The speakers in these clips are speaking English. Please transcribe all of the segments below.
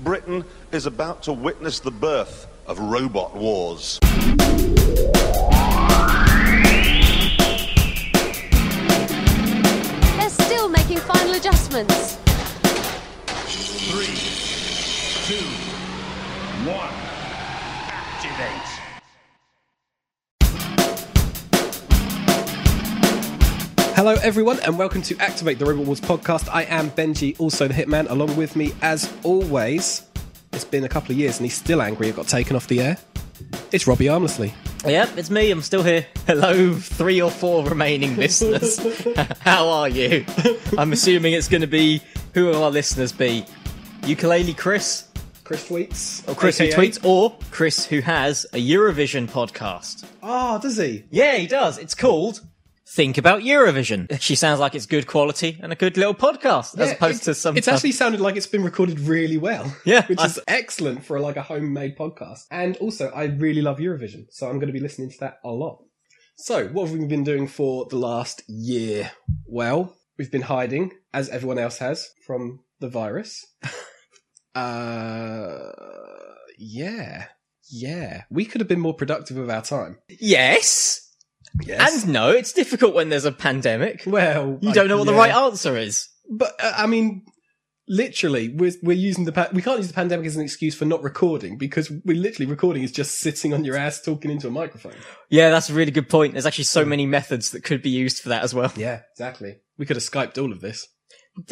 Britain is about to witness the birth of robot wars. They're still making final adjustments. Three, two, one. Activate. Hello, everyone, and welcome to Activate the Robot Wars podcast. I am Benji, also the Hitman, along with me, as always. It's been a couple of years, and he's still angry it got taken off the air. It's Robbie Armlessly. Yep, it's me. I'm still here. Hello, three or four remaining listeners. How are you? I'm assuming it's going to be who will our listeners be? Ukulele Chris, Chris Oh, tweets. or Chris who tweets, or Chris who has a Eurovision podcast. Oh, does he? Yeah, he does. It's called Think About Eurovision. She sounds like it's good quality and a good little podcast, as opposed to some. It's actually sounded like it's been recorded really well. Yeah. Which is excellent for like a homemade podcast. And also, I really love Eurovision, so I'm going to be listening to that a lot. So, what have we been doing for the last year? Well, we've been hiding, as everyone else has, from the virus. uh, yeah. Yeah. We could have been more productive with our time. yes. Yes. And no, it's difficult when there's a pandemic. well, You don't know what the yeah. right answer is. But uh, I mean, literally, we're we're using the pa- we can't use the pandemic as an excuse for not recording because we're literally recording is just sitting on your ass talking into a microphone. Yeah, that's a really good point. There's actually so many methods that could be used for that as well. Yeah, exactly. We could have skyped all of this.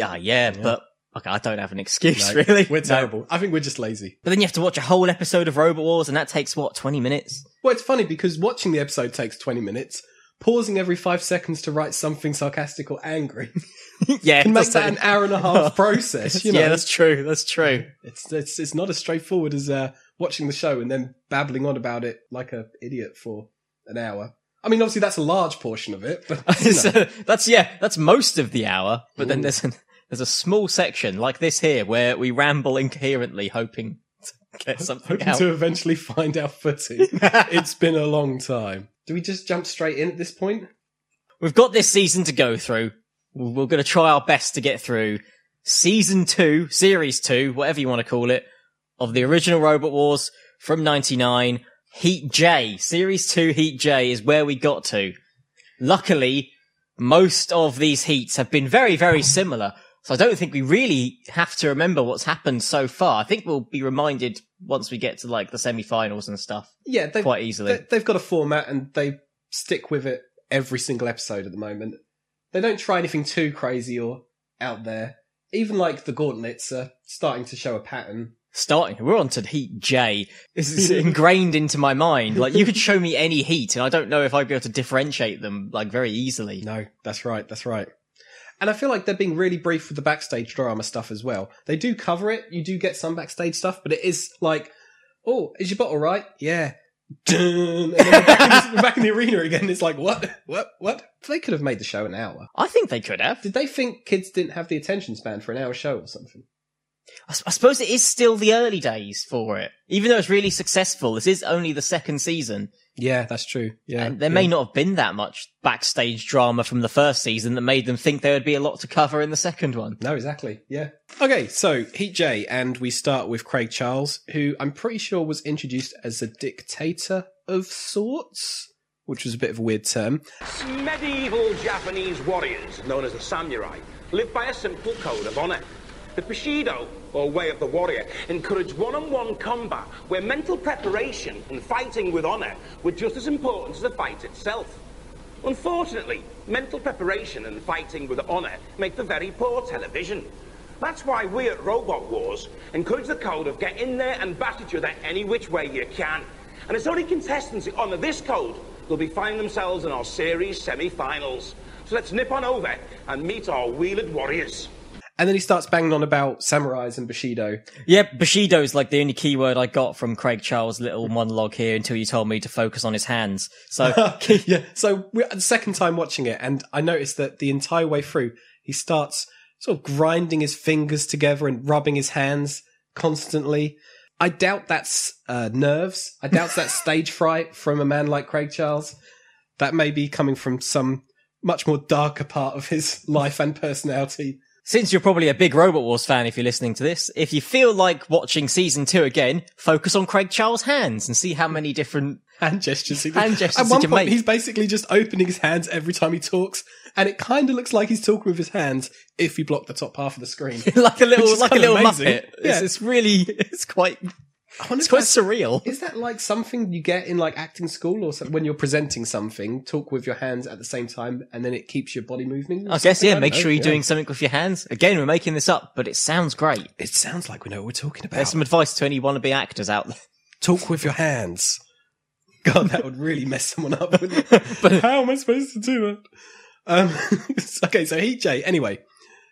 Ah, yeah, but okay, I don't have an excuse No, really. we're No. terrible. I think we're just lazy. But then you have to watch a whole episode of Robot Wars, and that takes what twenty minutes. Well, it's funny because watching the episode takes twenty minutes. Pausing every five seconds to write something sarcastic or angry yeah, can make that's that an hour and a half process. You know, Oh. yeah, that's true. That's true. it's, it's it's not as straightforward as uh, watching the show and then babbling on about it like a idiot for an hour. I mean, obviously that's a large portion of it, but you know. So, that's yeah, that's most of the hour. But Ooh. then there's an, there's a small section like this here where we ramble incoherently, hoping to get something hoping out. to eventually find our footing. it's been a long time. Do we just jump straight in at this point? We've got this season to go through. We're we're going to try our best to get through season two, series two, whatever you want to call it, of the original Robot Wars from 99. Heat J, series two, Heat J is where we got to. Luckily, most of these heats have been very, very similar. So I don't think we really have to remember what's happened so far. I think we'll be reminded once we get to like the semi-finals and stuff Yeah, they've, quite easily. they, they've got a format and they stick with it every single episode at the moment. They don't try anything too crazy or out there. Even like the gauntlets are starting to show a pattern. starting we're on to heat j this is ingrained into my mind like you could show me any heat and i don't know if i'd be able to differentiate them like very easily No, that's right, that's right. And I feel like they're being really brief with the backstage drama stuff as well. They do cover it, you do get some backstage stuff, but it is like, oh, is your bottle right? Yeah. Dun. And then we're back, in, we're back in the arena again. It's like, what? What? What? They could have made the show an hour. i think they could have Did they think kids didn't have the attention span for an hour show or something? I, s- I suppose it is still the early days for it even though it's really successful this is only the second season Yeah, that's true. Yeah. and there may not have been that much backstage drama from the first season that made them think there would be a lot to cover in the second one No, exactly. Yeah. Okay, so Heat J, and we start with Craig Charles, who I'm pretty sure was introduced as a dictator of sorts, which was a bit of a weird term. Medieval Japanese warriors, known as the samurai, lived by a simple code of honor. The Bushido, or way of the warrior, encouraged one-on-one combat where mental preparation and fighting with honor were just as important as the fight itself. Unfortunately, mental preparation and fighting with honor make for very poor television. That's why we at Robot Wars encourage the code of get in there and bash each other any which way you can. And it's only contestants who honour this code will be finding themselves in our series semi-finals. So let's nip on over and meet our wheeled warriors. And then he starts banging on about samurais and Bushido. yeah bushido's like the only keyword i got from craig charles little monologue here until you told me to focus on his hands so yeah. So we're the second time watching it, and I noticed that the entire way through, he starts sort of grinding his fingers together and rubbing his hands constantly. I doubt that's uh, nerves. I doubt that's stage fright from a man like Craig Charles. That may be coming from some much more darker part of his life and personality Since you're probably a big Robot Wars fan if you're listening to this, if you feel like watching season two again, focus on Craig Charles' hands and see how many different Hand gestures. He Hand gestures At he one can point, make. he's basically just opening his hands every time he talks, and it kind of looks like he's talking with his hands if you block the top half of the screen. like a Which little is like a kinda little amazing. muppet. It's, Yeah. it's really it's quite I wonder it's if quite that's- surreal. Is that like something you get in like acting school or something when you're presenting something? Talk with your hands at the same time, and then it keeps your body moving. or I guess something? yeah. don't Make know, sure you're yeah. doing something with your hands. Again, we're making this up, but it sounds great. It sounds like we know what we're talking about. There's some advice to any wannabe actors out there. Talk with your hands. God, that would really mess someone up. Wouldn't it? How am I supposed to do it? Um, okay, so Heat J. Anyway,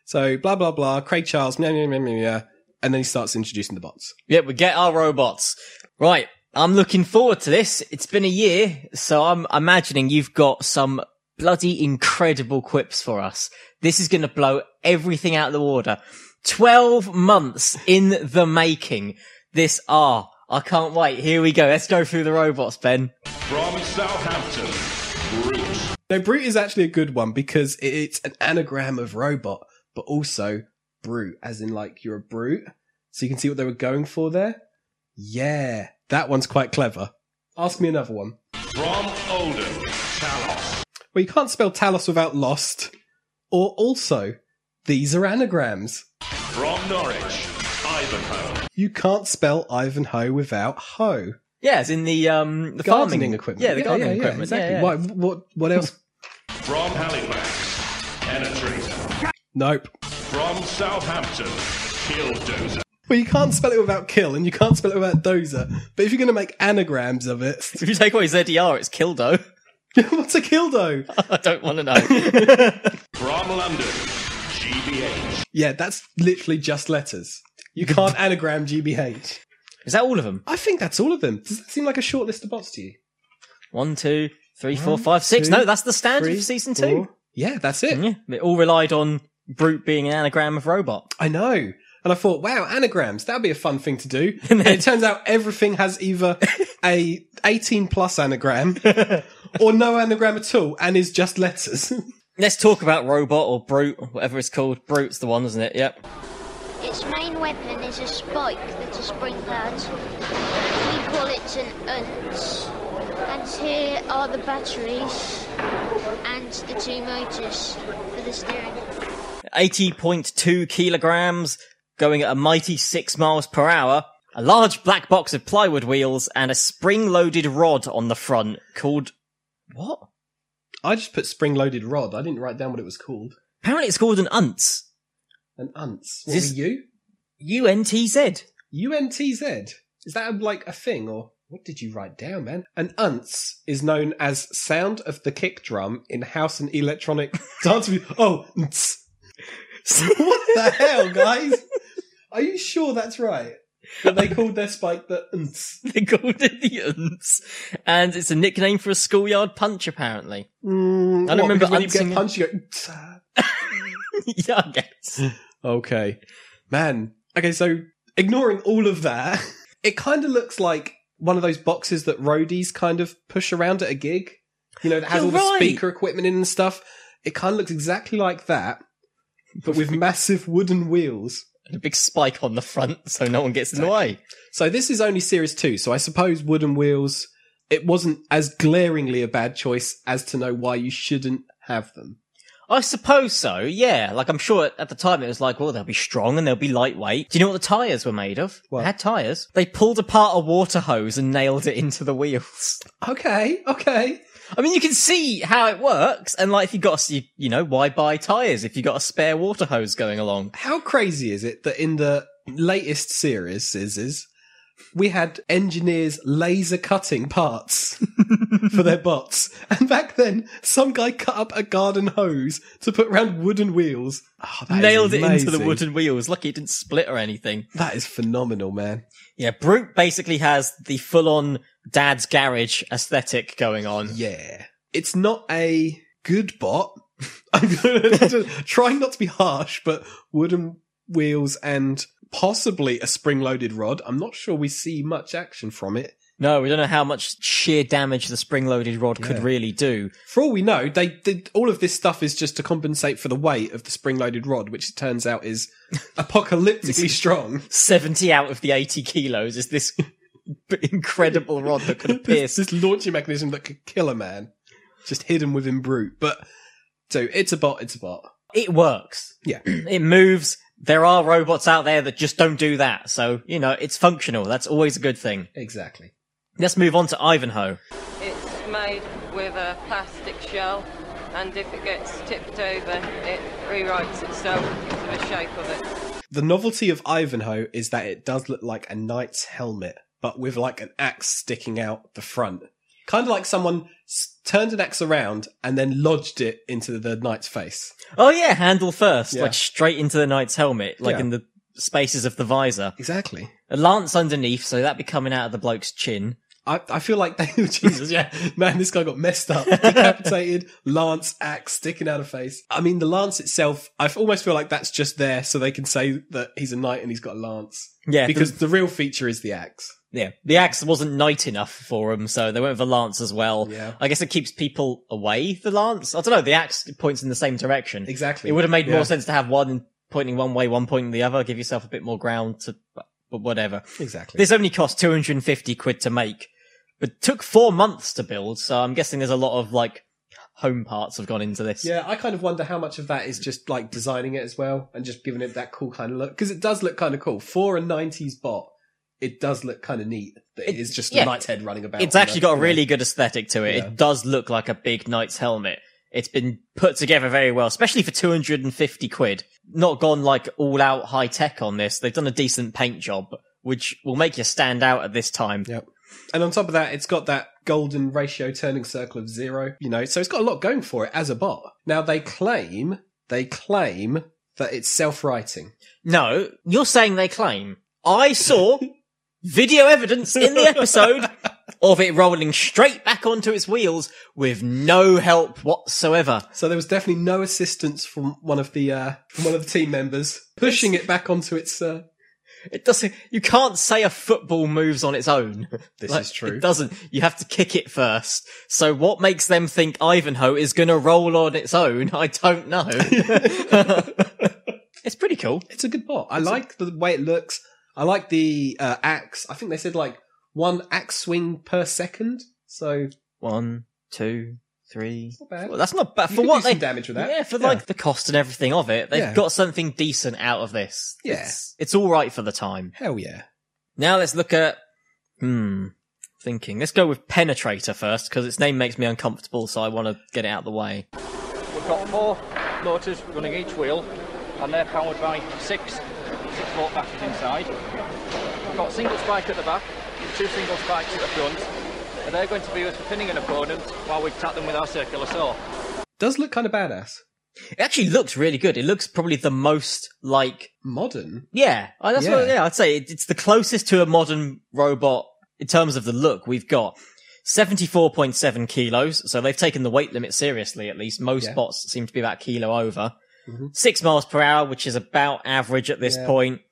so blah blah blah. Craig Charles, meh, meh, meh, meh, meh, and then he starts introducing the bots. Yep, we get our robots. Right. I'm looking forward to this. It's been a year, so I'm imagining you've got some bloody incredible quips for us. This is going to blow everything out of the water. 12 months in the making. This are. I can't wait. Here we go. Let's go through the robots, Ben. From Southampton, Brute. No, brute is actually a good one because it- it's an anagram of robot, but also brute, as in like you're a brute. So you can see what they were going for there. Yeah, that one's quite clever. Ask me another one. From Oldham, Talos. Well, you can't spell Talos without lost. Or also, these are anagrams. From Norwich, Ivanhoe. You can't spell Ivanhoe without hoe. Yeah, it's in the, um, the Gardening farming equipment. Yeah, the gardening equipment. Yeah, Exactly. yeah. Why, what, what else? From Halifax, Penetrate. nope. From Southampton, Killdozer. Well, you can't spell it without kill, and you can't spell it without dozer. But if you're going to make anagrams of it, If you take away ZDR, it's Kildo. what's a kildo? I don't want to know. From London, GBH. Yeah, that's literally just letters. You can't anagram GBH. is that all of them? I think that's all of them. Does that seem like a short list of bots to you? One, two, three, four, five, six. two, No, that's the standard Three, for season two. Mm-hmm. four. Yeah, that's it. Yeah, it all relied on brute being an anagram of robot. I know. And I thought, wow, anagrams, that'd be a fun thing to do. and it turns out everything has either a 18 plus anagram or no anagram at all and is just letters. Let's talk about robot or brute, or whatever it's called. Brute's the one, isn't it? Yep. Its main weapon is a spike that is sprinkled. We call it an UNS. And here are the batteries and the two motors for the steering. 80.2 kilograms, going at a mighty six miles per hour. A large black box of plywood wheels and a spring-loaded rod on the front called, what? I just put spring loaded rod. I didn't write down what it was called. Apparently it's called an UNTZ. An unts. What This- were you? U-N-T-Z. UNTZ. Is that like a thing or what did you write down, man? An unce is known as sound of the kick drum in house and electronic dance music. Oh, nts. what the hell, guys? Are you sure that's right? That they called their spike the unce. they called it the UNTZ. And it's a nickname for a schoolyard punch, apparently. Mm, I don't what, remember because when you get uncing it. punched, you go. "Nts." yeah, I guess. Okay. Man. Okay, so ignoring all of that, it kind of looks like one of those boxes that roadies kind of push around at a gig. You know, that has You're all right. the speaker equipment in and stuff. It kind of looks exactly like that, but with massive wooden wheels. a big spike on the front so no one gets in the way. So this is only series two, so I suppose wooden wheels, it wasn't as glaringly a bad choice as to know why you shouldn't have them. I suppose so, yeah. Like, I'm sure at the time it was like, well, they'll be strong and they'll be lightweight. Do you know what the tyres were made of? They What? had tyres. They pulled apart a water hose and nailed it into the wheels. Okay, okay. I mean, you can see how it works. And like, if you got, a s- you, you know, why buy tyres if you got a spare water hose going along? how crazy is it that in the latest series is, is we had engineers laser cutting parts for their bots and back then some guy cut up a garden hose to put round wooden wheels oh, that is nailed it into the amazing. wooden wheels. Lucky it didn't split or anything. that is phenomenal man Yeah, Brute basically has the full on dad's garage aesthetic going on. yeah it's not a good bot i'm gonna try not to be harsh but wooden wheels and possibly a spring loaded rod i'm not sure we see much action from it No, we don't know how much sheer damage the spring-loaded rod could Yeah. really do. For all we know, they did all of this stuff is just to compensate for the weight of the spring-loaded rod, which it turns out is apocalyptically strong. 70 out of the 80 kilos is this b- incredible rod that could have This, pierced. this launching mechanism that could kill a man, just hidden within brute. But so it's a bot. It's a bot. It works. Yeah. It moves. There are robots out there that just don't do that. So, you know, it's functional. That's always a good thing. Exactly. Let's move on to Ivanhoe. It's made with a plastic shell, and if it gets tipped over, it rewrites itself into the shape of it. The novelty of Ivanhoe is that it does look like a knight's helmet, but with like an axe sticking out the front. Kind of like someone s- turned an axe around and then lodged it into the knight's face. Oh yeah, handle first, Yeah. like straight into the knight's helmet, like Yeah. in the spaces of the visor. Exactly. A lance underneath, so that'd be coming out of the bloke's chin. I, I feel like they, Jesus, yeah, man, this guy got messed up, decapitated, lance, axe sticking out of face. I mean, the lance itself, I f- almost feel like that's just there so they can say that he's a knight and he's got a lance. Yeah, because the real feature is the axe. Yeah, the axe wasn't knight enough for him, so they went with the lance as well. Yeah. I guess it keeps people away. The lance, I don't know. The axe points in the same direction. Exactly. It would have made Yeah. more sense to have one pointing one way, one pointing the other. Give yourself a bit more ground to, but whatever. Exactly. This only cost 250 quid to make, but took four months to build. So I'm guessing there's a lot of like home parts have gone into this. Yeah, I kind of wonder how much of that is just like designing it as well and just giving it that cool kind of look because it does look kind of cool for a '90s bot. It does look kind of neat. That it It- is just yeah. a knight's head running about. It's on actually got a you know. really good aesthetic to it. Yeah. It does look like a big knight's helmet. It's been put together very well, especially for 250 quid. Not gone like all out high tech on this. They've done a decent paint job, which will make you stand out at this time. Yep. And on top of that, it's got that golden ratio turning circle of zero. You know, so it's got a lot going for it as a bot. Now they claim they claim that it's self-writing. No, you're saying they claim. I saw video evidence in the episode of it rolling straight back onto its wheels with no help whatsoever. So there was definitely no assistance from one of the uh, from one of the team members pushing it back onto its. Uh, It doesn't, you can't say a football moves on its own. This is true. It doesn't. You have to kick it first. So what makes them think Ivanhoe is going to roll on its own? I don't know. it's pretty cool. it's a good bot. I like the way it looks. I like the uh, axe. I think they said like one axe swing per second. So One, two, three. Not bad. Well, that's not bad. You for could what do they some damage with that. Yeah, for Yeah. like the cost and everything of it, they've Yeah. got something decent out of this. Yeah. It's, it's all right for the time. hell yeah, Now let's look at, hmm, thinking. Let's go with Penetrator first, because its name makes me uncomfortable, so I want to get it out of the way. We've got four motors running each wheel, and they're powered by six six volt batteries inside. We've got a single spike at the back, two single spikes at the front, and they're going to be used for pinning an opponent while we tap them with our circular saw. does look kind of badass. It actually looks really good. It looks probably the most like, Modern. yeah, I- that's what, Yeah. yeah, I'd say it- it's the closest to a modern robot in terms of the look we've got. 74.7 kilos, so they've taken the weight limit seriously, at least. Most Yeah. Mm-hmm. bots seem to be about a kilo over. Six miles per hour, which is about average at this Yeah. point.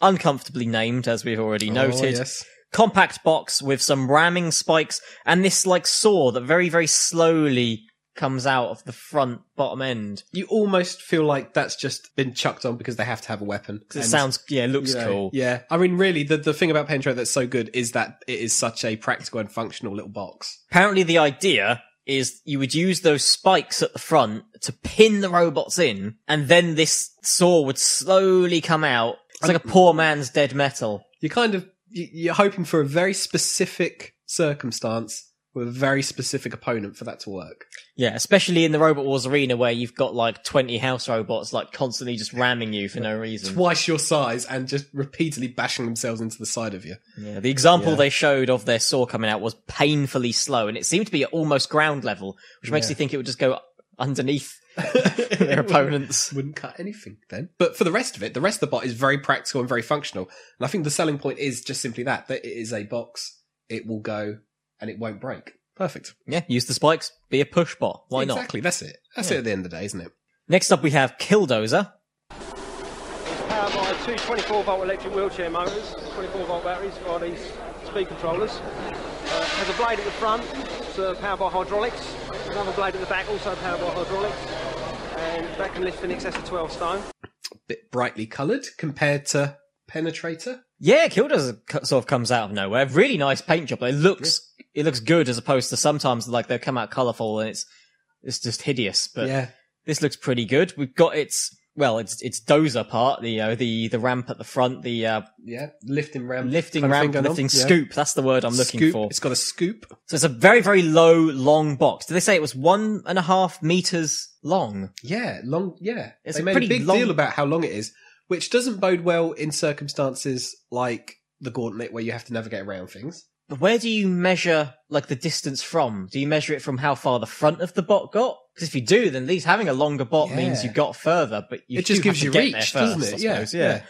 Uncomfortably named, as we've already noted. Oh, yes. compact box with some ramming spikes and this like saw that very very slowly comes out of the front bottom end You almost feel like that's just been chucked on because they have to have a weapon. 'Cause it And, sounds yeah it you looks know, cool Yeah, I mean, really, the the thing about Pentro that's so good is that it is such a practical and functional little box. apparently the idea is you would use those spikes at the front to pin the robots in and then this saw would slowly come out it's like a poor man's dead metal You're kind of you- you're hoping for a very specific circumstance with a very specific opponent for that to work. yeah especially in the robot wars arena where you've got like 20 house robots like constantly just ramming you for no reason twice your size and just repeatedly bashing themselves into the side of you. Yeah, the example Yeah. they showed of their saw coming out was painfully slow, and it seemed to be at almost ground level, which makes Yeah. you think it would just go underneath their opponents. Wouldn't cut anything then. But for the rest of it, the rest of the bot is very practical and very functional. And I think the selling point is just simply that, that it is a box, it will go and it won't break. Perfect. Yeah, use the spikes, be a push bot. Why exactly. That's it. That's it at the end of the day, isn't it? not? Next up, we have Killdozer. It's uh, my two 24 volt electric wheelchair motors, 24 volt batteries are these speed controllers. Uh, has a blade at the front, so powered by hydraulics. Another blade at the back, also powered by hydraulics. And that can lift in excess of 12 stone. Bit brightly coloured compared to Penetrator. Yeah, Killdozer co- sort of comes out of nowhere. Really nice paint job. It looks it looks good as opposed to sometimes like they come out colourful and it's it's just hideous. But yeah, this looks pretty good. We've got its well, it's its dozer part, the uh, the the ramp at the front, the uh, yeah, lifting ramp, lifting kind of thing ramp, going on. lifting Yeah. scoop. That's the word I'm looking Scoop. for. It's got a scoop. So it's a very very low long box. Did they say it was one and a half meters long? Yeah, long. Yeah, It's they a made pretty a big long- deal about how long it is, which doesn't bode well in circumstances like the gauntlet where you have to navigate around things. But where do you measure like the distance from? Do you measure it from how far the front of the bot got? Because if you do, then at least having a longer bot means Yeah. you got further, but you it just do have gives to you get reach, there first, doesn't it? I Yeah, suppose, yeah,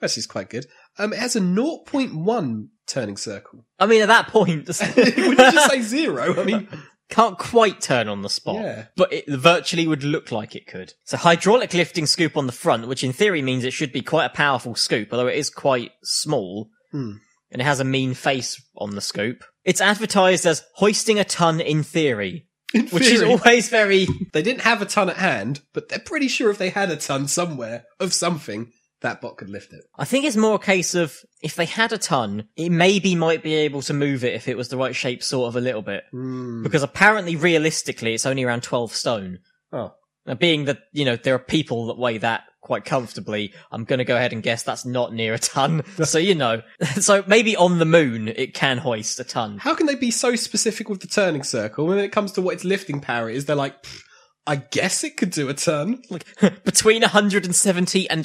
That's just quite good. Um, it has a 0.1 turning circle. I mean, at that point, Would you just say zero? I mean, can't quite turn on the spot, Yeah. but it virtually would look like it could. So hydraulic lifting scoop on the front, which in theory means it should be quite a powerful scoop, although it is quite small. Hmm. And it has a mean face on the scoop. It's advertised as hoisting a ton in theory, in which is theory, always very they didn't have a ton at hand, but they're pretty sure if they had a ton somewhere of something, that bot could lift it. I think it's more a case of if they had a ton, it maybe might be able to move it if it was the right shape, sort of a little bit. Hmm. Because apparently, realistically, it's only around 12 stone. Oh. Now, being that, you know, there are people that weigh that quite comfortably, I'm going to go ahead and guess that's not near a ton. so, you know, so maybe on the moon, it can hoist a ton. How can they be so specific with the turning circle when it comes to what its lifting power is? They're like, "Pfft, I guess it could do a turn. Like, between 170 and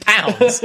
pounds.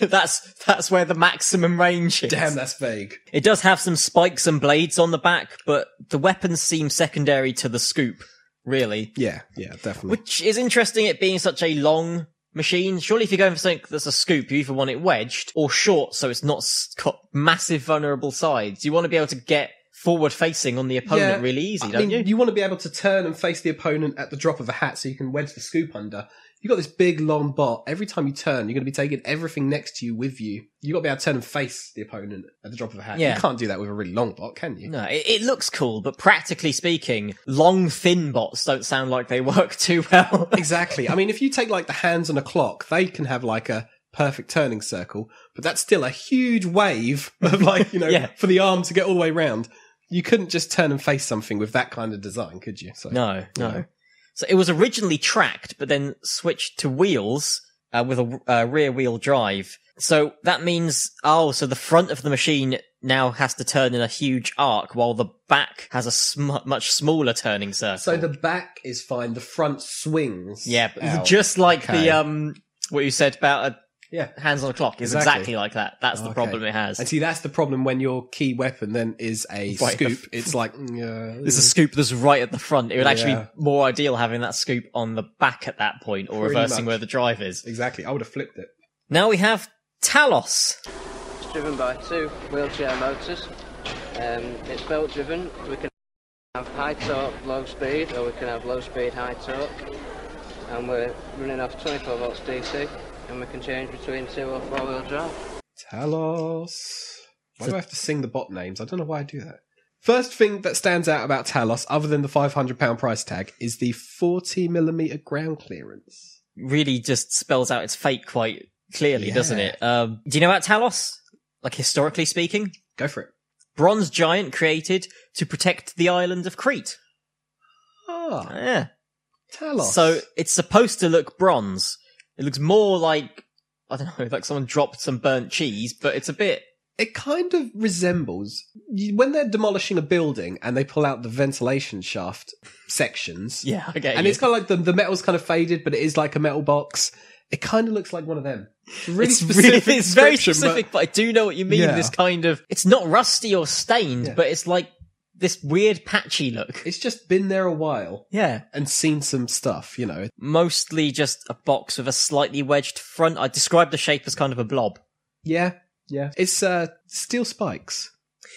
that's, that's where the maximum range is. Damn, that's vague. It does have some spikes and blades on the back, but the weapons seem secondary to the scoop, really. Yeah, yeah, definitely. Which is interesting, it being such a long machine. Surely if you're going for something that's a scoop, you either want it wedged or short so it's not s- got massive vulnerable sides. You want to be able to get forward facing on the opponent Yeah. really easy, I don't mean, you? want to be able to turn and face the opponent at the drop of a hat so you can wedge the scoop under. You've got this big long bar. Every time you turn, you're going to be taking everything next to you with you. You've got to be able to turn and face the opponent at the drop of a hat. Yeah. You can't do that with a really long bot, can you? No, it, it looks cool, but practically speaking, long thin bots don't sound like they work too well. Exactly. I mean, if you take like the hands on a clock, they can have like a perfect turning circle, but that's still a huge wave of like, you know, Yeah. for the arm to get all the way round. You couldn't just turn and face something with that kind of design, could you? So, No, no. No. So it was originally tracked, but then switched to wheels uh, with a uh, rear wheel drive. So that means, oh, so the front of the machine now has to turn in a huge arc while the back has a sm- much smaller turning circle. So the back is fine. The front swings. yeah, but out. just like Okay. the, um, what you said about yeah. a hands on a clock is exactly, Exactly. like that. That's the Okay. problem it has. And see, that's the problem when your key weapon then is a Right. scoop. It's like, mm, uh, There's a scoop that's right at the front. It would actually Yeah. be more ideal having that scoop on the back at that point or Pretty reversing much. where the drive is. exactly. I would have flipped it. Now we have Talos. It's driven by two wheelchair motors. Um, it's belt driven. We can have high torque, low speed, or we can have low speed, high torque. And we're running off 24 volts DC, and we can change between two or four wheel drive. Talos. Why do I have to sing the bot names? I don't know why I do that. First thing that stands out about Talos, other than the five hundred pound price tag, is the forty millimeter ground clearance. really just spells out its fate quite clearly, Yeah. doesn't it? Um, do you know about Talos? Like historically speaking, Go for it. bronze giant created to protect the island of Crete. Ah, Yeah. Talos. So it's supposed to look bronze. It looks more like I don't know, like someone dropped some burnt cheese, but it's a bit. it kind of resembles you- when they're demolishing a building and they pull out the ventilation shaft sections. Yeah, I get and you. it's kind of like the, the metal's kind of faded, but it is like a metal box. It kind of looks like one of them. It's a really It's specific. really, it's very description, specific, but, I do know what you mean. Yeah. This kind of, it's not rusty or stained, Yeah. but it's like this weird patchy but look. It's just been there a while Yeah. and seen some stuff, you know. mostly just a box with a slightly wedged front. I describe the shape as kind of a blob. Yeah, yeah. It's uh, steel spikes.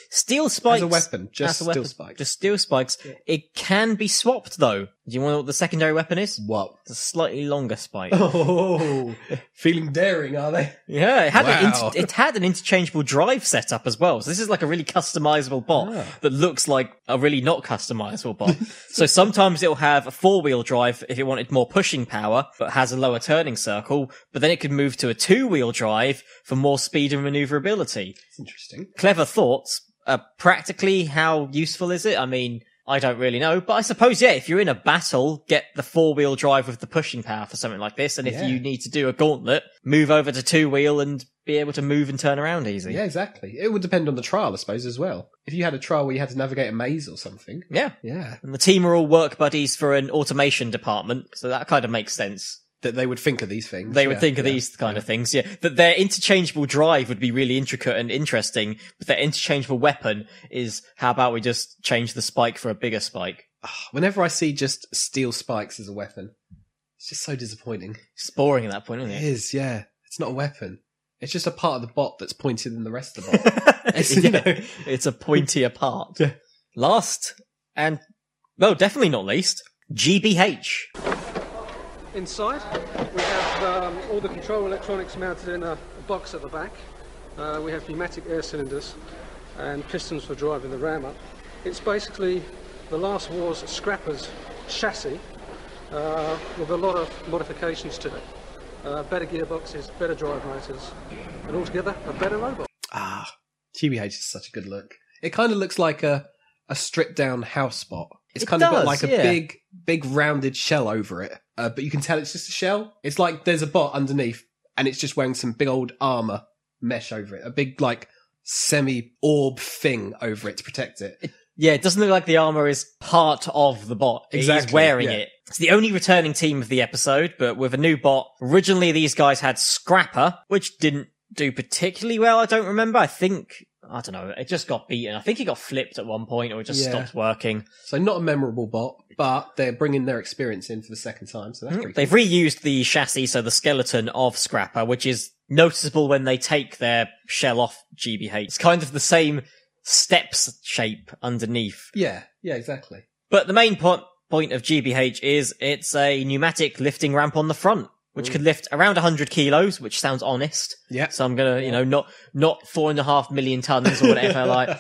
Steel spikes weapon, just as a steel spikes. Just steel spikes. It can be swapped though, Do you want to know what the secondary weapon is? What? It's a slightly longer spike. Oh, feeling daring, are they? Yeah, it had an Wow. inter- it had an interchangeable drive setup as well. So this is like a really customizable bot that looks like a really not customizable bot. so sometimes it'll have a four wheel drive if it wanted more pushing power, but has a lower turning circle. But then it could move to a two wheel drive for more speed and maneuverability. It's interesting. Clever thoughts. Uh, practically, how useful is it? I mean. I don't really know, but I suppose, yeah, if you're in a battle, get the four wheel drive with the pushing power for something like this. And if Yeah. you need to do a gauntlet, move over to two wheel and be able to move and turn around easy. Yeah, exactly. It would depend on the trial, I suppose, as well. If you had a trial where you had to navigate a maze or something. Yeah. Yeah. And the team are all work buddies for an automation department. So that kind of makes sense. That they would think of these things. They would Yeah, think of yeah. these kind of things. Yeah. That their interchangeable drive would be really intricate and interesting, but their interchangeable weapon is how about we just change the spike for a bigger spike? Whenever I see just steel spikes as a weapon, it's just so disappointing. It's boring at that point, isn't It it? is, yeah. It's not a weapon. It's just a part of the bot that's pointer than the rest of the bot. It's, you Yeah. know. it's a pointier part. Last and well, definitely not least, GBH. Inside, we have um, all the control electronics mounted in a box at the back. Uh, we have pneumatic air cylinders and pistons for driving the ram up. It's basically the last war's scrapper's chassis uh, with a lot of modifications to it. Uh, better gearboxes, better drive motors, and altogether a better robot. Ah, GBH is such a good look. It kind of looks like a, a stripped down house bot. It's It kind of got does, like yeah. a big, big rounded shell over it. Uh, but you can tell it's just a shell. It's like there's a bot underneath and it's just wearing some big old armor mesh over it. A big, like, semi orb thing over it to protect it. Yeah, it doesn't look like the armor is part of the bot. He's Exactly, wearing yeah. it. It's the only returning team of the episode, but with a new bot. Originally, these guys had Scrapper, which didn't do particularly well. I don't remember. I think, I don't know, it just got beaten. I think he got flipped at one point or it just Yeah. stopped working. So not a memorable bot, but they're bringing their experience in for the second time. So that's pretty cool. They've reused the chassis, so the skeleton of Scrapper, which is noticeable when they take their shell off GBH. It's kind of the same steps shape underneath. Yeah, yeah, exactly. But the main po- point of GBH is it's a pneumatic lifting ramp on the front, which could lift around 100 kilos, which sounds honest. Yeah. So I'm gonna, you know, not not four and a half million tons or whatever. like,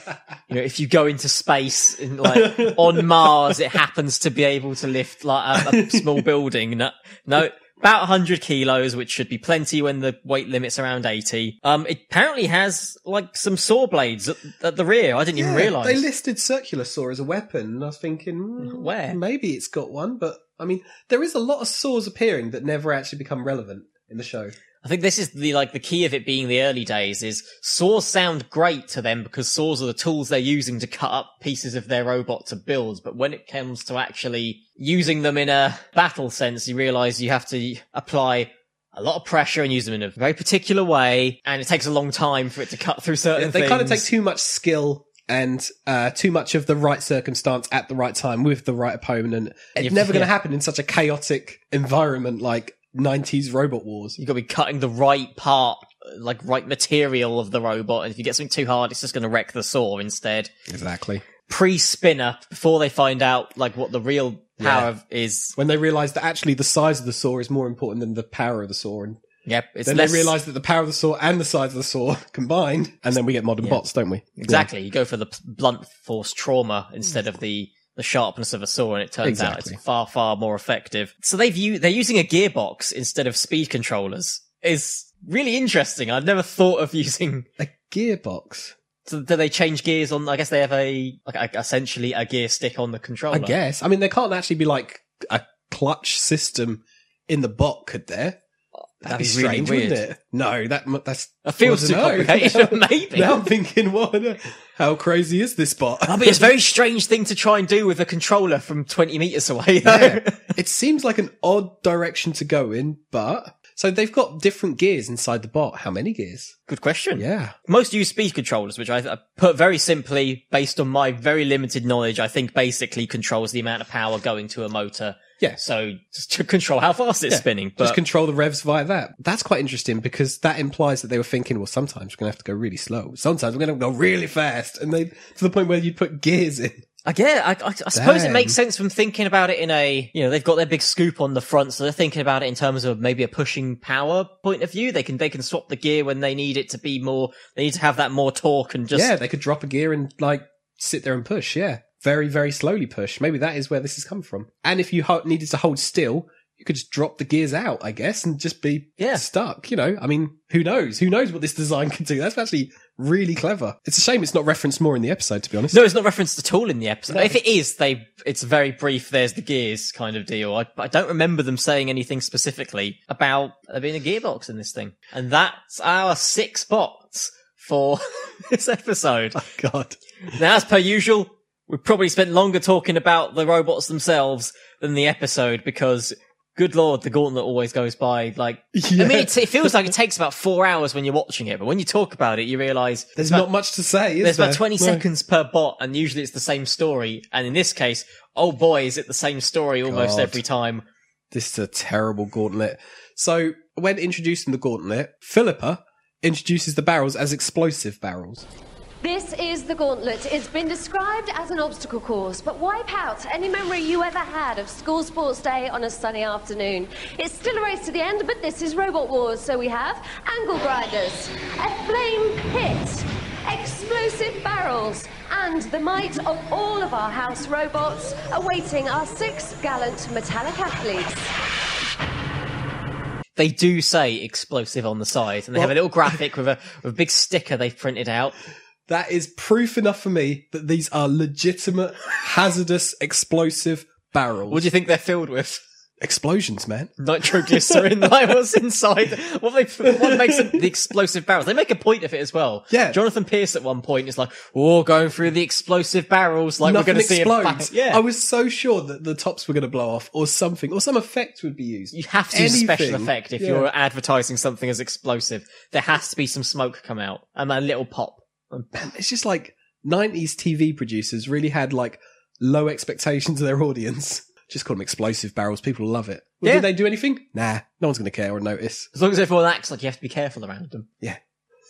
you know, if you go into space and like on Mars, it happens to be able to lift like a, a small building. No, no, about 100 kilos, which should be plenty when the weight limit's around 80. Um, it apparently has like some saw blades at, at the rear. I didn't even Yeah, realize They listed circular saw as a weapon, and I was thinking, mm, Where? Maybe it's got one, but I mean, there is a lot of saws appearing that never actually become relevant in the show. I think this is the like the key of it being the early days is saws sound great to them because saws are the tools they're using to cut up pieces of their robot to build. But when it comes to actually using them in a battle sense, you realize you have to apply a lot of pressure and use them in a very particular way, and it takes a long time for it to cut through certain They things. kind of take too much skill and uh, too much of the right circumstance at the right time with the right opponent. It's You've- never going to yeah. happen in such a chaotic environment like 90s robot wars. you got to be cutting the right part, like right material of the robot, and if you get something too hard, it's just going to wreck the saw instead. Exactly. pre-spinner before they find out like what the real power of is. When they realise that actually the size of the saw is more important than the power of the saw, and Yep, it's then less. they realise that the power of the saw and the size of the saw combined, and then we get modern bots, don't we? exactly. You go for the p- blunt force trauma instead of the the sharpness of a saw, and it turns out Exactly. it's far far more effective. So they've u- they're using a gearbox instead of speed controllers. Is really interesting. I'd never thought of using. A gearbox. So do they change gears on? I guess they have a like a, essentially a gear stick on the controller. I guess. I mean, there can't actually be like a clutch system in the bot, could there? That'd Be be really strange, weird. wouldn't it? No, that mu- that's It feels well, too I dunno. complicated, maybe. now I'm thinking, what? on earth- How crazy is this bot? That'd be a very strange thing to try and do with a controller from 20 meters away. Though. Yeah. it seems like an odd direction to go in, but so they've got different gears inside the bot. How many gears? Good question. Yeah, Most use speed controllers, which I, I put very simply, based on my very limited knowledge, I think basically controls the amount of power going to a motor. yeah. So just to control how fast it's Yeah. spinning. But Just control the revs via that. That's quite interesting because that implies that they were thinking, well, sometimes we're going to have to go really slow. Sometimes we're going to go really fast. And they, to the point where you'd put gears in. I get. I, I, I suppose it Damn. makes sense from thinking about it in a you know they've got their big scoop on the front, so they're thinking about it in terms of maybe a pushing power point of view. They can they can swap the gear when they need it to be more. They need to have that more torque and just yeah, they could drop a gear and like sit there and push. Yeah, very very slowly push. Maybe that is where this has come from. And if you ho- needed to hold still, you could just drop the gears out, I guess, and just be Yeah. stuck. You know, I mean, who knows? Who knows what this design can do? That's actually really clever. It's a shame it's not referenced more in the episode. To be honest, No, it's not referenced at all in the episode. If it is, they it's very brief. There's the gears kind of deal. I, I don't remember them saying anything specifically about there being a gearbox in this thing. And that's our six spots for this episode. God, Now, as per usual, we probably spent longer talking about the robots themselves than the episode because. Good lord, the gauntlet always goes by like. I mean, it, it feels like it takes about four hours when you're watching it, but when you talk about it, you realise there's not much to say. Is there's there? about 20 No. seconds per bot, and usually it's the same story. And in this case, oh boy, is it the same story almost God. every time. This is a terrible gauntlet. So, when introducing the gauntlet, Philippa introduces the barrels as explosive barrels. This is the gauntlet. It's been described as an obstacle course, but wipe out any memory you ever had of school sports day on a sunny afternoon. It's still a race to the end, but this is Robot Wars, so we have angle grinders, a flame pit, explosive barrels, and the might of all of our house robots awaiting our six gallant metallic athletes. They do say explosive on the side, and they have a little graphic with a, with a big sticker they've printed out. That is proof enough for me that these are legitimate, hazardous, explosive barrels. What do you think they're filled with? Explosions, man. Nitroglycerin, like what's inside? What they what makes them the explosive barrels? They make a point of it as well. Yeah. Jonathan Pierce at one point is like, "Oh, going through the explosive barrels, like Nothing we're going to see a explodes. ba- Yeah, I was so sure that the tops were going to blow off or something, or some effect would be used. You have to use a special Anything. effect if Yeah. you're advertising something as explosive. There has to be some smoke come out and a little pop. It's just like 90s TV producers really had like low expectations of their audience. Just call them explosive barrels. People love it. Well, Yeah. Did they do anything? Nah, no one's going to care or notice. As long as everyone acts like you have to be careful around them.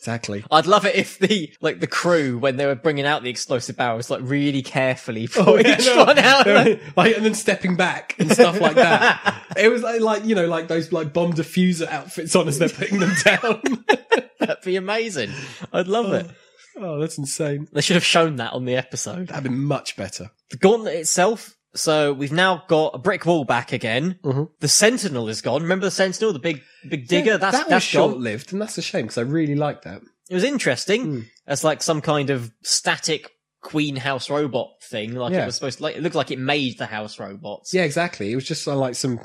Exactly. I'd love it if the like the crew when they were bringing out the explosive barrels like really carefully Oh, brought each one out. like, and then stepping back and stuff like that. it was like, like, you know, like those like bomb diffuser outfits on as they're putting them down. That'd be amazing. I'd love it. oh, that's insane. They should have shown that on the episode. That'd been much better. the gauntlet itself. So we've now got a brick wall back again. The sentinel is gone. Remember the sentinel, the big big digger. Mm-hmm. Yeah, that's that was that's gone. short lived, and that's a shame because I really like that. It was interesting Hmm. as like some kind of static queen house robot thing. Like Yeah. it was supposed to, like it looked like it made the house robots. Yeah, exactly. It was just uh, like some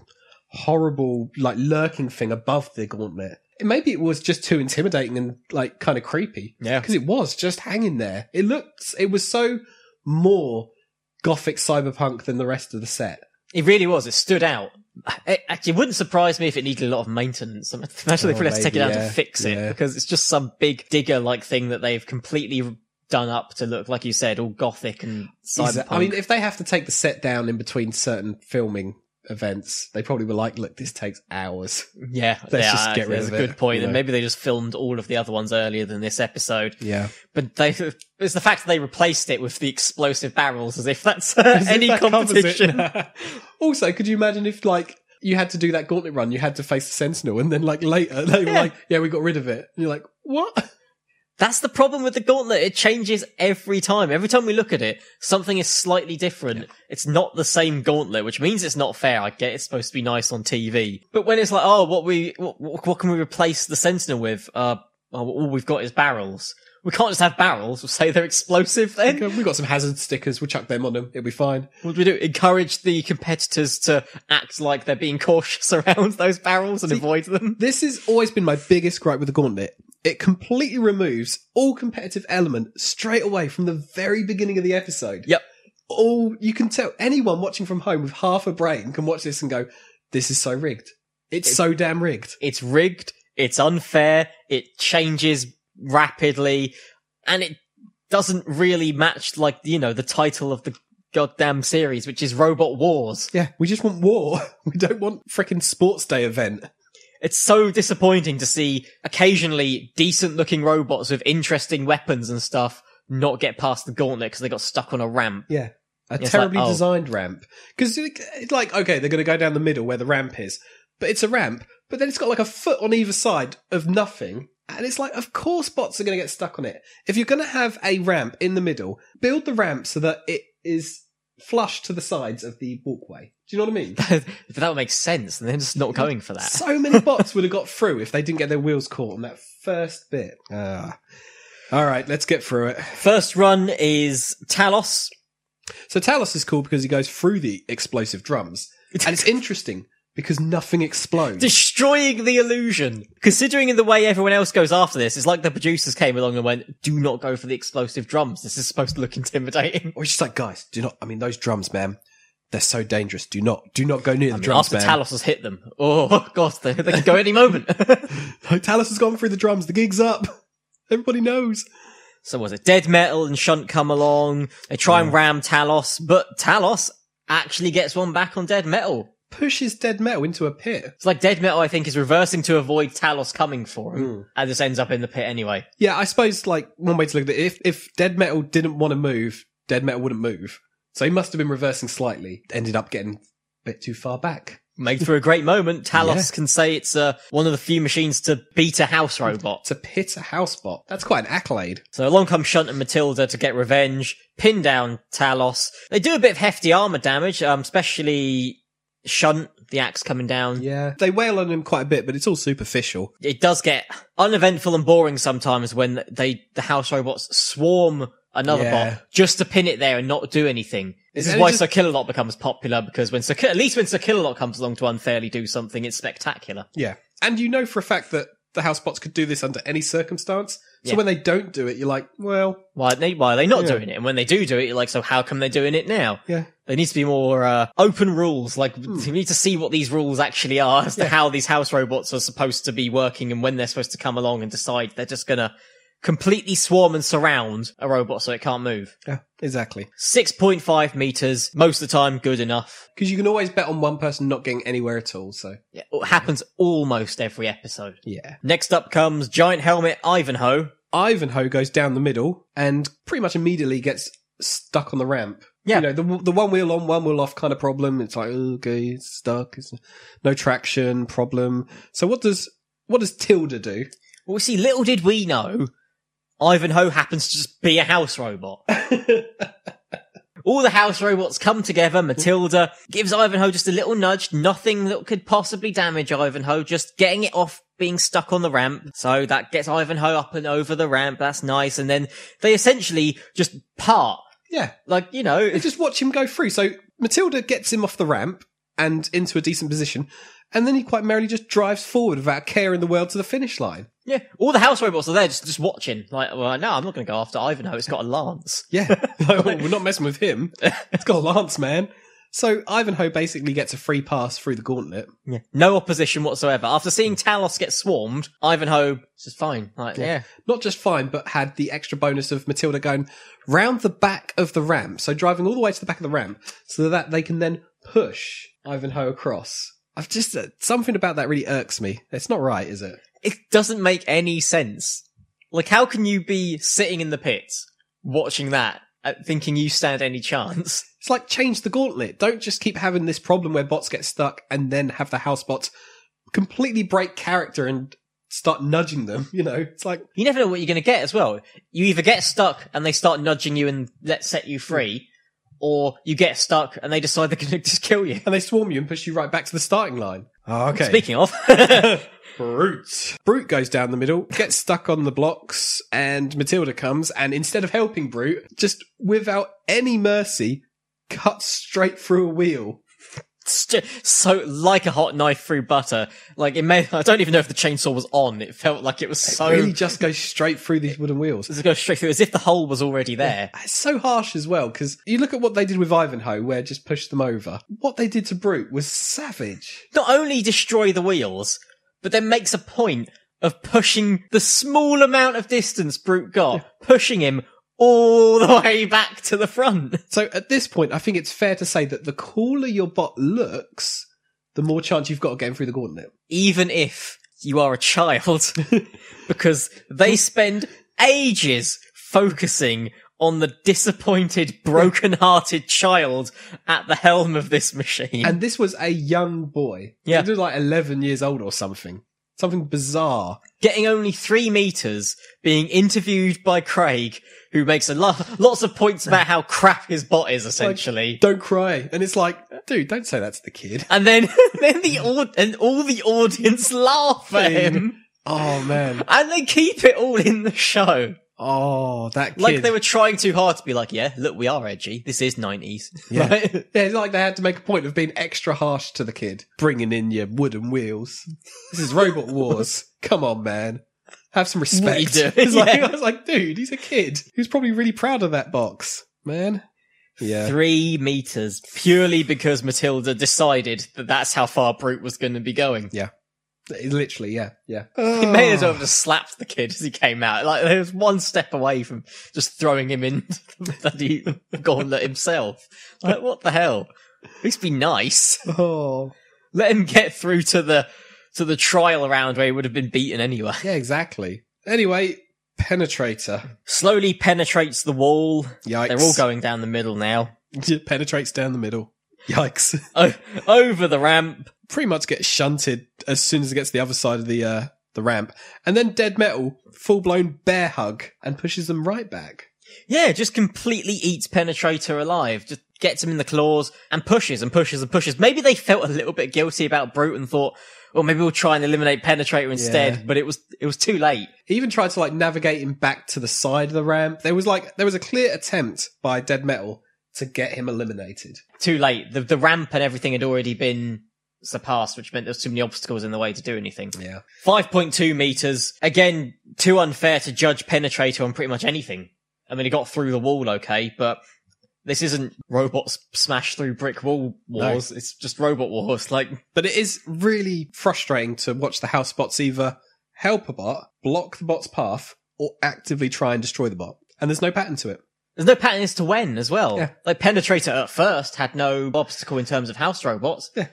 horrible, like lurking thing above the gauntlet. Maybe it was just too intimidating and like kind of creepy. Yeah. because it was just hanging there. It looked, it was so more gothic cyberpunk than the rest of the set. It really was. It stood out. It actually it wouldn't surprise me if it needed a lot of maintenance. I mean, Imagine they Oh, probably had to take it maybe, out yeah, to fix it yeah. because it's just some big digger like thing that they've completely done up to look, like you said, all gothic and cyberpunk. I mean, if they have to take the set down in between certain filming events, they probably were like, "Look, this takes hours." Yeah, Let's yeah, just get rid that's of a it, good point. you And know. maybe they just filmed all of the other ones earlier than this episode. Yeah. But they, it's the fact that they replaced it with the explosive barrels as if that's uh, if any that covers it. competition. Also, could you imagine if like you had to do that gauntlet run, you had to face the Sentinel, and then like later they were Yeah. like, "Yeah, we got rid of it." And you're like, "What?" that's the problem with the gauntlet. It changes every time. Every time we look at it, something is slightly different. It's not the same gauntlet, which means it's not fair. I get it's supposed to be nice on TV. But when it's like, oh, what we, what, what can we replace the Sentinel with? Uh, oh, all we've got is barrels. We can't just have barrels. We'll say they're explosive then. Okay, uh, we got some hazard stickers. We'll chuck them on them. It'll be fine. What do we do? Encourage the competitors to act like they're being cautious around those barrels and avoid them. This has always been my biggest gripe with the gauntlet. It completely removes all competitive element straight away from the very beginning of the episode. Yep. all you can tell anyone watching from home with half a brain can watch this and go, "This is so rigged. It's so damn rigged." It's rigged. It's unfair. It changes rapidly and it doesn't really match like, you know, the title of the goddamn series, which is Robot Wars. Yeah, we just want war. We don't want frickin' sports day event. It's so disappointing to see occasionally decent looking robots with interesting weapons and stuff not get past the gauntlet because they got stuck on a ramp. Yeah. A like, terribly oh. designed ramp. Because it's like, okay, they're going to go down the middle where the ramp is, but it's a ramp, but then it's got like a foot on either side of nothing. And it's like, of course bots are going to get stuck on it. If you're going to have a ramp in the middle, build the ramp so that it is flush to the sides of the walkway. Do you know what I mean? that would make sense, and they're just not going for that. So many bots would have got through if they didn't get their wheels caught on that first bit. Ah. All right, let's get through it. First run is Talos. So Talos is cool because he goes through the explosive drums. And it's interesting because nothing explodes. Destroying the illusion. Considering the way everyone else goes after this, it's like the producers came along and went, do not go for the explosive drums. This is supposed to look intimidating. Or it's just like, guys, do not, I mean, those drums, man, they're so dangerous. Do not, do not go near the drums, after man. Talos has hit them. Oh, God, they, they can go any moment. Like, Talos has gone through the drums. The gig's up. Everybody knows. so was it Dead Metal and Shunt come along? They try and ram Talos, but Talos actually gets one back on Dead Metal. Pushes dead metal into a pit. It's like Dead Metal, I think, is reversing to avoid Talos coming for him, Hmm. and just ends up in the pit anyway. Yeah, I suppose like one way to look at it, if, if dead metal didn't want to move, dead metal wouldn't move. So he must have been reversing slightly. Ended up getting a bit too far back. Made for a great moment. Talos Yeah. can say it's uh, one of the few machines to beat a house robot. To pit a house bot. That's quite an accolade. So along come Shunt and Matilda to get revenge, pin down Talos. They do a bit of hefty armor damage, um, especially Shunt, the axe coming down. Yeah. They wail on him quite a bit, but it's all superficial. It does get uneventful and boring sometimes when they, the house robots swarm another Yeah. bot just to pin it there and not do anything. This And is it why just- Sir Killalot becomes popular because when Sir, Ki- at least when Sir Killalot comes along to unfairly do something, it's spectacular. Yeah. And you know for a fact that the house bots could do this under any circumstance. So Yeah. when they don't do it, you're like, well, Why are they, why are they not Yeah. doing it? And when they do do it, you're like, so how come they're doing it now? Yeah. There needs to be more, uh, open rules. Like, we need to see what these rules actually are as to how these house robots are supposed to be working and when they're supposed to come along and decide they're just gonna completely swarm and surround a robot so it can't move. yeah, exactly. 6.5 meters, most of the time, good enough. Because you can always bet on one person not getting anywhere at all. So Yeah, It happens almost every episode. yeah. Next up comes Giant Helmet Ivanhoe. Ivanhoe goes down the middle and pretty much immediately gets stuck on the ramp. Yeah. You know, the, the one wheel on, one wheel off kind of problem. It's like, okay, it's stuck. It's no traction problem. So what does, what does Tilda do? Well, see, little did we know, Ivanhoe happens to just be a house robot. All the house robots come together. Matilda gives Ivanhoe just a little nudge. Nothing that could possibly damage Ivanhoe. Just getting it off being stuck on the ramp. So that gets Ivanhoe up and over the ramp. That's nice. And then they essentially just part. Yeah. Like, you know, You just watch him go through. So Matilda gets him off the ramp and into a decent position, and then he quite merrily just drives forward without a care in the world to the finish line. yeah, all the house robots are there just, just watching. Like, well, no, I'm not going to go after Ivanhoe. It's got a lance. Yeah, Like, oh, we're not messing with him. It's got a lance, man. So Ivanhoe basically gets a free pass through the gauntlet. Yeah. No opposition whatsoever. After seeing Talos get swarmed, Ivanhoe is fine. Like, Hmm. yeah. Not just fine, but had the extra bonus of Matilda going round the back of the ramp, so driving all the way to the back of the ramp, so that they can then push Ivanhoe across. I've just uh, something about that really irks me. It's not right, is it? It doesn't make any sense. Like, how can you be sitting in the pit watching that, uh, thinking you stand any chance? It's like change the gauntlet. Don't just keep having this problem where bots get stuck and then have the house bots completely break character and start nudging them. You know, it's like You never know what you're going to get as well. You either get stuck and they start nudging you and let's set you free, or you get stuck and they decide they're going to just kill you. and they swarm you and push you right back to the starting line. Oh, okay. Speaking of, Brute. Brute goes down the middle, gets stuck on the blocks, and Matilda comes and instead of helping Brute, just without any mercy, cuts straight through a wheel. st- so like a hot knife through butter. Like it may, I don't even know if the chainsaw was on. It felt like it was so. Really just goes straight through these wooden wheels. Just go straight through as if the hole was already there. It's so harsh as well because you look at what they did with Ivanhoe, where it just pushed them over. What they did to Brute was savage. Not only destroy the wheels, but then makes a point of pushing the small amount of distance Brute got, pushing him all the way back to the front. So at this point, I think it's fair to say that the cooler your bot looks, the more chance you've got of getting through the gauntlet. Even if you are a child, because they spend ages focusing on the disappointed, broken-hearted child at the helm of this machine. And this was a young boy. Yeah. He was like 11 years old or something. Something bizarre. getting only three meters, being interviewed by Craig, who makes a lo- lots of points about how crap his bot is, essentially. Don't cry. And it's like, dude, don't say that to the kid. and then, then the aud- and all the audience laugh at him, Oh, man. and they keep it all in the show, Oh, that kid. like they were trying too hard to be like, "Yeah, look, we are edgy. This is nineties. Yeah. yeah, it's like they had to make a point of being extra harsh to the kid, bringing in your wooden wheels. This is Robot Wars. Come on, man. Have some respect. What are you doing? It's like- Yeah. I was like, dude, he's a kid. He's probably really proud of that box, man. Yeah. Three meters, purely because Matilda decided that that's how far Brute was going to be going. It's Literally, yeah, yeah. He may as well have just slapped the kid as he came out. Like there was one step away from just throwing him in the bloody gauntlet himself. Like what the hell? At least be nice. Oh. Let him get through to the to the trial round where he would have been beaten anyway. Yeah, exactly. Anyway, Penetrator. Slowly penetrates the wall. Yikes. They're all going down the middle now. going. Penetrates down the middle. Yikes. O- over the ramp. pretty much gets shunted as soon as it gets to the other side of the uh, the ramp, and then Dead Metal full blown bear hug and pushes them right back. Yeah, just completely eats Penetrator alive. Just gets him in the claws and pushes and pushes and pushes. Maybe they felt a little bit guilty about Brute and thought, well, maybe we'll try and eliminate Penetrator instead, Yeah. but it was, it was too late. He even tried to like navigate him back to the side of the ramp. There was like there was a clear attempt by Dead Metal to get him eliminated. Too late. The, the ramp and everything had already been surpassed, which meant there was too many obstacles in the way to do anything. Yeah, 5.2 meters. Again, too unfair to judge Penetrator on pretty much anything. I mean, he got through the wall, okay, but this isn't robots smash through brick wall wars. It's just robot wars. Like, but it is really frustrating to watch the house bots either help a bot, block the bot's path, or actively try and destroy the bot. And there's no pattern to it. There's no pattern as to when as well. Yeah. Like Penetrator at first had no obstacle in terms of house robots. Yeah.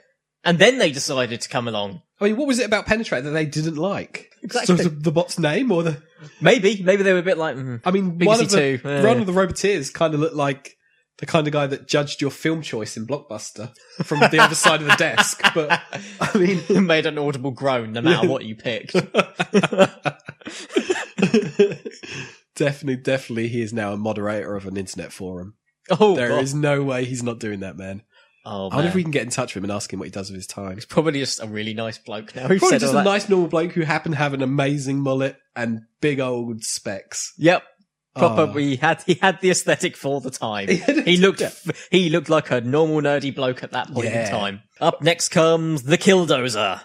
And then they decided to come along. I mean, what was it about Penetrator that they didn't like? Exactly. So the, the bot's name or the Maybe, maybe they were a bit like, mm. I mean, BBC one of the Two, yeah. one of the Roboteers kind of looked like the kind of guy that judged your film choice in Blockbuster from the other side of the desk. But I mean, made an audible groan no matter what you picked. definitely, definitely, he is now a moderator of an internet forum. Oh, There is God. no way he's not doing that, man. Oh, I wonder if man. we can get in touch with him and ask him what he does with his time. He's Probably just a really nice bloke now. who probably said just all a that. nice normal bloke who happened to have an amazing mullet and big old specs. Yep. Proper, Ah. he had he had the aesthetic for the time. He had it, he looked yeah. f- he looked like a normal nerdy bloke at that point Yeah. in time. Up next comes the Killdozer.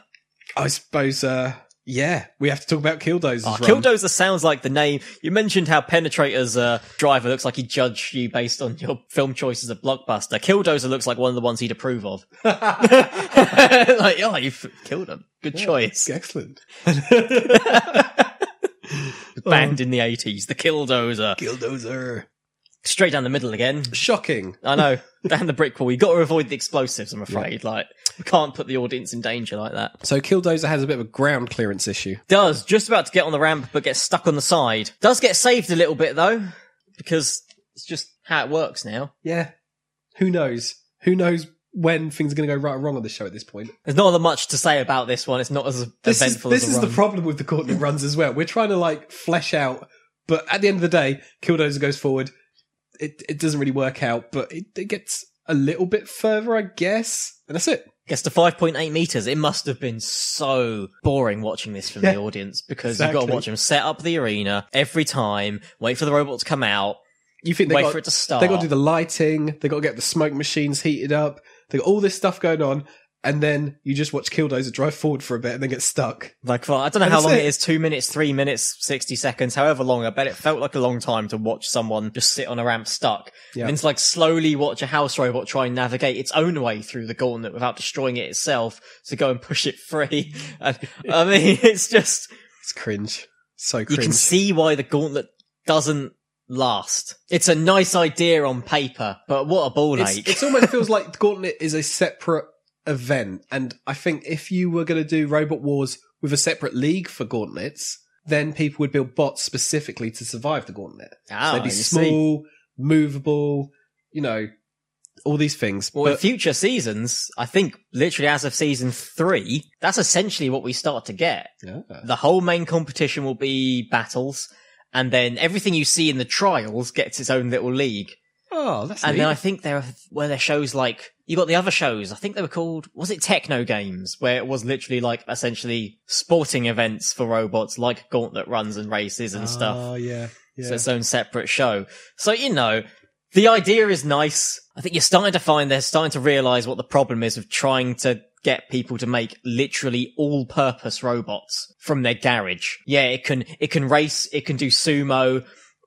I suppose, uh, yeah, we have to talk about Kildozer's Ah, run. Killdozer sounds like the name. You mentioned how Penetrator's uh, driver looks like he judged you based on your film choices of Blockbuster. Killdozer looks like one of the ones he'd approve of. like, oh, you've killed him. Good choice. Excellent. Banned in the 80s. The Killdozer. Killdozer. Straight down the middle again. Shocking. I know. down the brick wall. You've got to avoid the explosives, I'm afraid. Like, we can't put the audience in danger like that. So Killdozer has a bit of a ground clearance issue. Does. Just about to get on the ramp, but gets stuck on the side. Does get saved a little bit, though, because it's just how it works now. Yeah. Who knows? Who knows when things are going to go right or wrong on this show at this point? There's not other much to say about this one. It's not as This is, eventful this as is a the run. problem with the Courtney runs as well. We're trying to like flesh out, but at the end of the day, Killdozer goes forward. It it doesn't really work out, but it, it gets a little bit further, I guess, and that's it. Gets to 5.8 meters. It must have been so boring watching this from Yeah, the audience because you've got exactly. to watch them set up the arena every time, wait for the robot to come out. You think they Wait got, for it to start. They got to do the lighting. They got to get the smoke machines heated up. They got all this stuff going on, and then you just watch Killdozer drive forward for a bit and then get stuck. Like, well, I don't know And how that's long it. it is. Two minutes, three minutes, 60 seconds, however long. I bet it felt like a long time to watch someone just sit on a ramp stuck. Yeah. And it's like slowly watch a house robot try and navigate its own way through the gauntlet without destroying it itself to go and push it free. And, I mean, it's just, It's cringe. So you cringe. can see why the gauntlet doesn't last. It's a nice idea on paper, but what a ball it's, ache. it's almost feels like the Gauntlet is a separate event, and I think if you were going to do Robot Wars with a separate league for Gauntlets, then people would build bots specifically to survive the gauntlet. Ah, so they'd be you see. small, movable, you know, all these things. Well, in but future seasons, I think literally as of season three, that's essentially what we start to get. Yeah. The whole main competition will be battles, and then everything you see in the trials gets its own little league. oh, that's And neat. then I think there were there shows like you got the other shows. I think they were called was it Techno Games, where it was literally like essentially sporting events for robots, like gauntlet runs and races and Oh, stuff. yeah. yeah. So its own separate show. So you know, the idea is nice. I think you're starting to find they're starting to realise what the problem is of trying to get people to make literally all-purpose robots from their garage. Yeah, it can it can race, it can do sumo.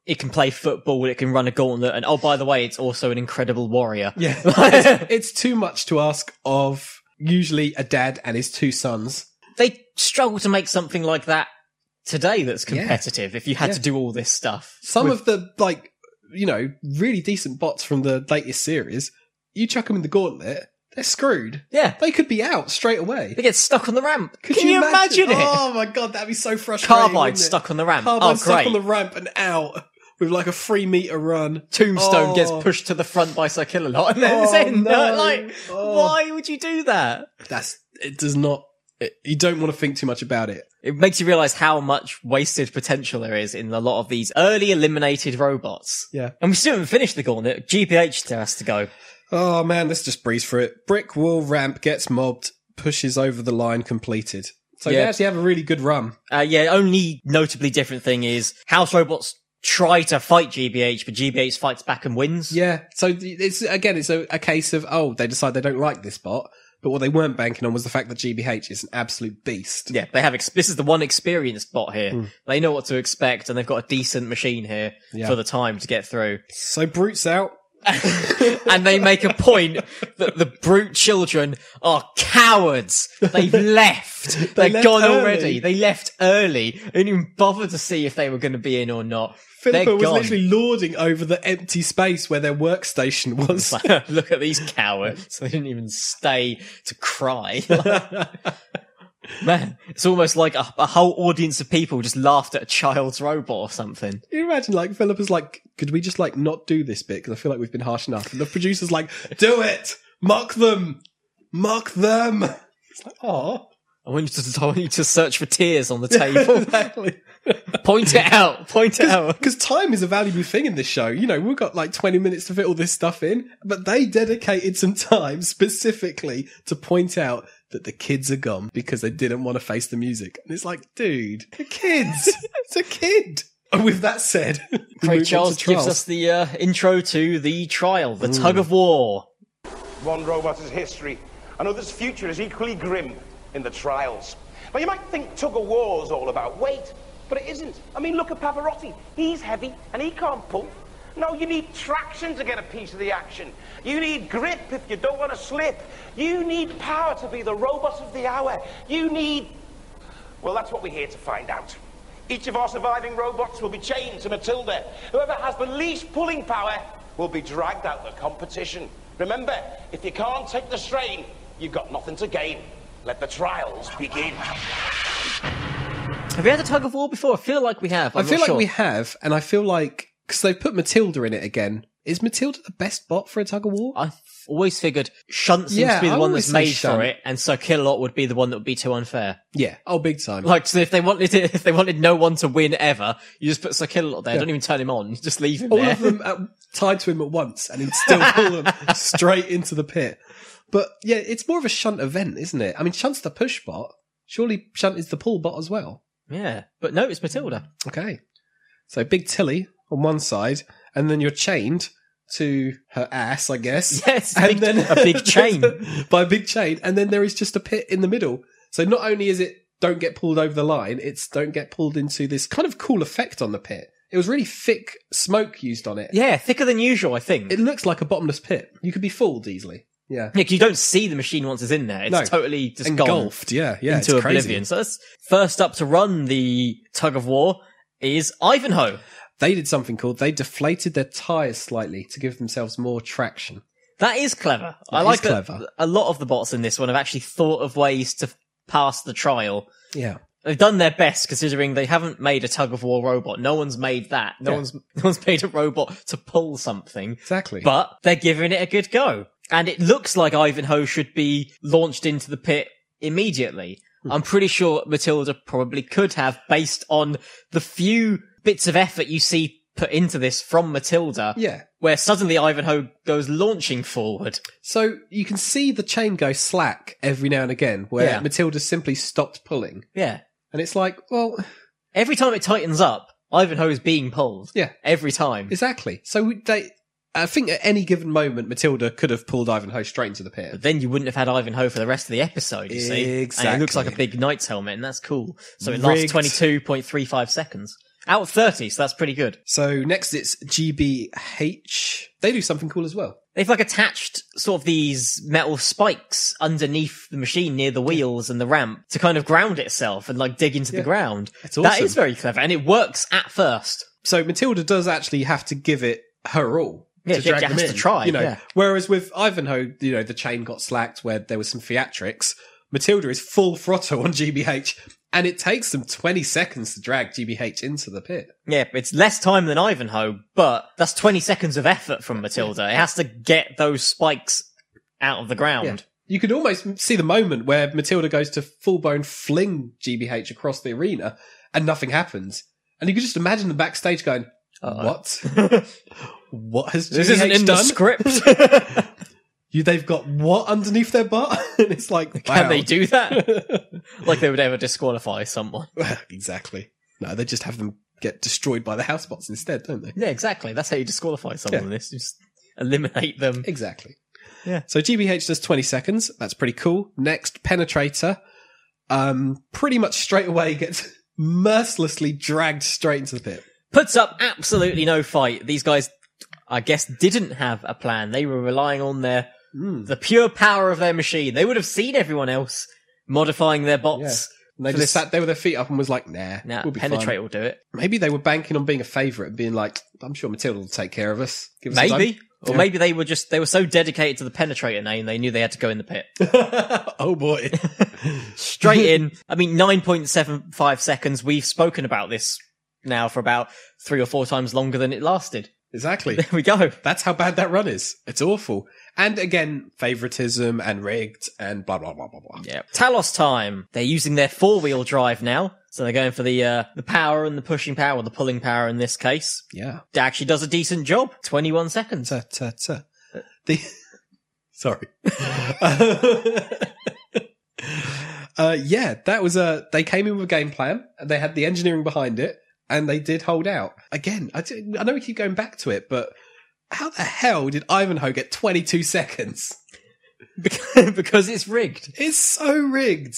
It can play football, it can run a gauntlet, and oh, by the way, it's also an incredible warrior. Yeah. it's, it's too much to ask of usually a dad and his two sons. they struggle to make something like that today that's Yeah. competitive if you had Yeah. to do all this stuff. Some of the, like, you know, really decent bots from the latest series, you chuck them in the gauntlet, they're screwed. Yeah. They could be out straight away. They get stuck on the ramp. Can you imagine, it? Oh my god, that'd be so frustrating. Carbide wouldn't it? stuck on the ramp. Carbide oh, stuck great. on the ramp and out with like a three meter run. Tombstone Oh. gets pushed to the front by Sir Killalot and then Oh, it's in. no. Like, Oh. why would you do that? That's it. Does not. It, you don't want to think too much about it. It makes you realize how much wasted potential there is in a lot of these early eliminated robots. Yeah. And we still haven't finished the gauntlet. GPH still has to go. Oh man, let's just breeze through it. Brick wall ramp gets mobbed, pushes over the line, completed. So they Yeah. actually have a really good run. Uh, yeah, only notably different thing is house robots try to fight GBH, but GBH fights back and wins. Yeah. So th- it's again, it's a, a case of oh, they decide they don't like this bot, but what they weren't banking on was the fact that GBH is an absolute beast. Yeah, they have. Ex- this is the one experienced bot here. Hmm. They know what to expect, and they've got a decent machine here Yeah. for the time to get through. So Brute's out. and they make a point that the brute children are cowards. They've left. They They're left gone early. already. They left early. They didn't even bother to see if they were going to be in or not. Philippa They're was gone. literally lording over the empty space where their workstation was. Like, look at these cowards. They didn't even stay to cry. Man, it's almost like a, a whole audience of people just laughed at a child's robot or something. Can you imagine, like, Philippa's like, could we just, like, not do this bit? Because I feel like we've been harsh enough. And the producer's like, do it! Mock them! Mock them! It's like, oh, I want you to, I want you to search for tears on the table. exactly. point it out. Point it out. Because time is a valuable thing in this show. You know, we've got like 20 minutes to fit all this stuff in, but they dedicated some time specifically to point out that the kids are gone because they didn't want to face the music. And it's like, dude, the kids, it's a kid. And with that said, we move on Craig to Charles gives trials. us the uh, intro to the trial, the Mm. tug of war. One robot is history, another's future is equally grim in the trials. Now, you might think tug of war's all about weight, but it isn't. I mean, look at Pavarotti. He's heavy and he can't pull. No, you need traction to get a piece of the action. You need grip if you don't want to slip. You need power to be the robot of the hour. You need. Well, that's what we're here to find out. Each of our surviving robots will be chained to Matilda. Whoever has the least pulling power will be dragged out the competition. Remember, if you can't take the strain, you've got nothing to gain. Let the trials begin. Have we had a tug of war before? I feel like we have. i I'm feel not like sure. we have, and I feel like because they put Matilda in it again. Is Matilda the best bot for a tug of war? I f- always figured Shunt seems Yeah, to be the I one always that's say made Shunt. for it, and so Killalot would be the one that would be too unfair. yeah. Oh, big time. Like, so if they wanted it, if they wanted no one to win ever, you just put Sir Killalot there. Don't even turn him on. Just leave him all there. of them at, tied to him at once, and he'd still pull them straight into the pit. But yeah, it's more of a shunt event, isn't it? I mean, shunt's the push bot. Surely shunt is the pull bot as well. Yeah, but no, it's Matilda. Okay. So big Tilly on one side, and then you're chained to her ass, I guess. Yes, big- a big chain. by a big chain, and then there is just a pit in the middle. So not only is it don't get pulled over the line, it's don't get pulled into this kind of cool effect on the pit. It was really thick smoke used on it. Yeah, thicker than usual, I think. It looks like a bottomless pit. You could be fooled easily. Yeah. Nick, you don't see the machine once it's in there. It's No. totally just gone. Engulfed. Yeah. Yeah. into it's crazy. oblivion. So that's first up to run the tug of war is Ivanhoe. They did something called they deflated their tires slightly to give themselves more traction. That is clever. I is like clever. that a lot of the bots in this one have actually thought of ways to pass the trial. Yeah. They've done their best considering they haven't made a tug of war robot. No one's made that. No Yeah. one's no one's made a robot to pull something. Exactly. But they're giving it a good go. And it looks like Ivanhoe should be launched into the pit immediately. Hmm. I'm pretty sure Matilda probably could have based on the few bits of effort you see put into this from Matilda. Yeah. Where suddenly Ivanhoe goes launching forward. So you can see the chain go slack every now and again, where Yeah. Matilda simply stopped pulling, Yeah. and it's like, well, Every time it tightens up, Ivanhoe is being pulled. Yeah. Every time. exactly. So we- they, I think at any given moment, Matilda could have pulled Ivanhoe straight into the pit. But then you wouldn't have had Ivanhoe for the rest of the episode, you see. And it looks Exactly. like a big knight's helmet, and that's cool. So Rigged. it lasts 22.35 seconds. Out of 30, so that's pretty good. So next, it's GBH. They do something cool as well. They've like attached sort of these metal spikes underneath the machine near the wheels and the ramp to kind of ground itself and like dig into the ground. That's That awesome. is very clever, and it works at first. So Matilda does actually have to give it her all. Yeah, to she drag has them to in, try, You know, yeah. whereas with Ivanhoe, you know, the chain got slacked where there was some theatrics. Matilda is full throttle on GBH, and it takes them twenty seconds to drag GBH into the pit. Yeah, it's less time than Ivanhoe, but that's 20 seconds of effort from Matilda. It has to get those spikes out of the Yeah. ground. You could almost see the moment where Matilda goes to full blown fling GBH across the arena, and nothing happens. And you could just imagine the backstage going, "What? what has GBH This isn't in done? the script. You, they've got what underneath their butt?" and it's like, Can wow. they do that? like they would ever disqualify someone. Well, exactly. No, they just have them get destroyed by the housebots instead, don't they? Yeah, exactly. That's how you disqualify someone Yeah. in this. You just eliminate them. Exactly. Yeah. So GBH does 20 seconds. That's pretty cool. Next, Penetrator. Um, pretty much straight away gets mercilessly dragged straight into the pit. Puts up absolutely no fight. These guys, I guess, didn't have a plan. They were relying on their, the pure power of their machine. They would have seen everyone else modifying their bots. And they For just this- sat there with their feet up and was like, nah, Now, we'll be Penetrate fine. will do it. Maybe they were banking on being a favourite and being like, I'm sure Matilda will take care of us. Give us some Maybe. time." Or maybe they were just, they were so dedicated to the Penetrator name, they knew they had to go in the pit. oh boy. straight in. I mean, 9.75 seconds. We've spoken about this now for about three or four times longer than it lasted. exactly. There we go. That's how bad that run is. It's awful. And again, favoritism and rigged and blah blah blah blah blah. Yeah. Talos time. They're using their four wheel drive now. So they're going for the, uh, the power and the pushing power, or the pulling power in this case. Yeah. It actually does a decent job. 21 seconds. Ta ta ta. The sorry. uh, yeah, that was a. They came in with a game plan. And they had the engineering behind it, and they did hold out. Again, I, do- I know we keep going back to it, but how the hell did Ivanhoe get 22 seconds? because it's rigged. It's so rigged.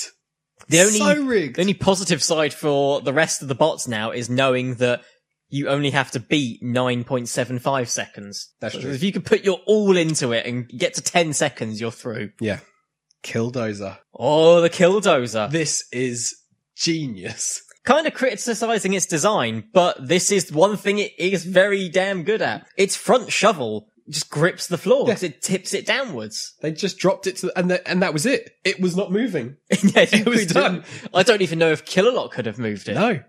The only, so rigged. the only positive side for the rest of the bots now is knowing that you only have to beat 9.75 seconds. That's So true. If you could put your all into it and get to 10 seconds, you're through. yeah. Killdozer. Oh, the Killdozer. This is genius. kind of criticizing its design, but this is one thing it is very damn good at. Its front shovel just grips the floor because it tips it downwards. They just dropped it to, the, and the, and that was it. It was not moving. yeah, It was done. I don't even know if Killalot could have moved it. No,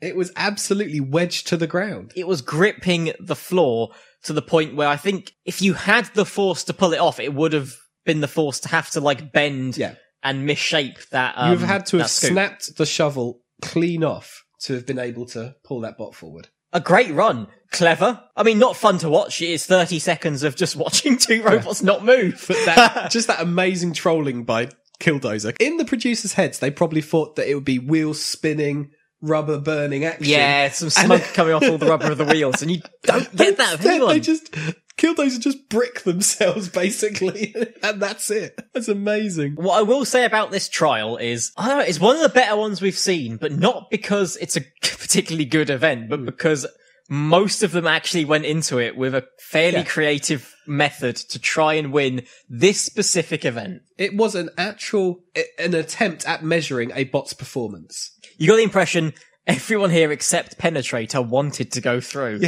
it was absolutely wedged to the ground. It was gripping the floor to the point where I think if you had the force to pull it off, it would have been the force to have to like bend Yeah. and misshape that. Um, You've had to have that scoop. snapped the shovel clean off to have been able to pull that bot forward. a great run. Clever. I mean, not fun to watch. It is 30 seconds of just watching two robots not move. But that just that amazing trolling by Killdozer. In the producers' heads, they probably thought that it would be wheels spinning, rubber burning action. Yeah, some smoke coming off all the rubber of the wheels, and you don't get that of Instead, anyone. They just Killdozer just brick themselves basically, and that's it. That's amazing. What I will say about this trial is, I don't know, it's one of the better ones we've seen, but not because it's a particularly good event, but because most of them actually went into it with a fairly Yeah. creative method to try and win this specific event. It was an actual an attempt at measuring a bot's performance. You got the impression everyone here except Penetrator wanted to go through.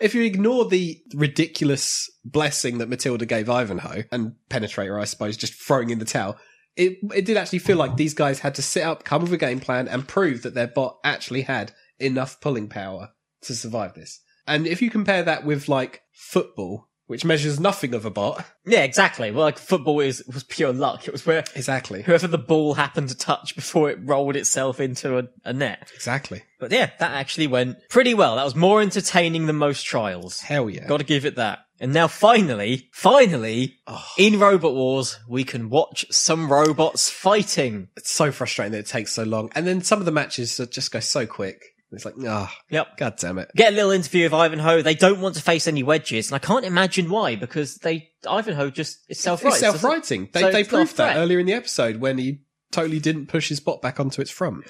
If you ignore the ridiculous blessing that Matilda gave Ivanhoe and Penetrator, I suppose, just throwing in the towel, it it did actually feel like these guys had to sit up, come up with a game plan, and prove that their bot actually had enough pulling power to survive this. And if you compare that with like football, which measures nothing of a bot, Yeah, exactly. Well, like football is was pure luck. It was where exactly, whoever the ball happened to touch before it rolled itself into a, a net. exactly, But yeah, that actually went pretty well. That was more entertaining than most trials. hell yeah, Got to give it that. And now finally, finally, Oh. in Robot Wars, we can watch some robots fighting. it's so frustrating that it takes so long. And then some of the matches that just go so quick. It's like, ah, Yep. god damn it. Get a little interview with Ivanhoe. They don't want to face any wedges, and I can't imagine why because they Ivanhoe just is self It's self-writing. They, so they it's not a proved that threat. earlier in the episode when he totally didn't push his bot back onto its front.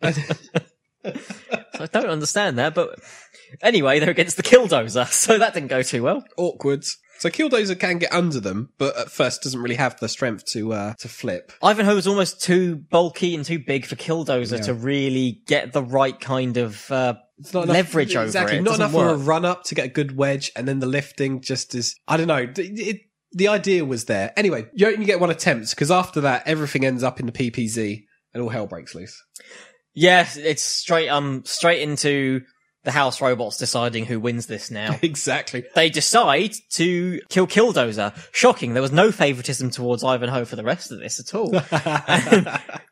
I don't understand that, but anyway, they're against the Killdozer, so that didn't go too well. Awkward. So Killdozer can get under them, but at first doesn't really have the strength to uh, to flip. Ivanhoe was almost too bulky and too big for Killdozer to really get the right kind of uh, It's not enough- leverage over exactly, it. It Not doesn't enough work. for a run up to get a good wedge, and then the lifting just is. I don't know. d- It, the idea was there. Anyway, you only get one attempt because after that, everything ends up in the PPZ, and all hell breaks loose. Yeah, it's straight um straight into the house robots deciding who wins this now. exactly. they decide to kill Killdozer. Shocking, there was no favoritism towards Ivanhoe for the rest of this at all.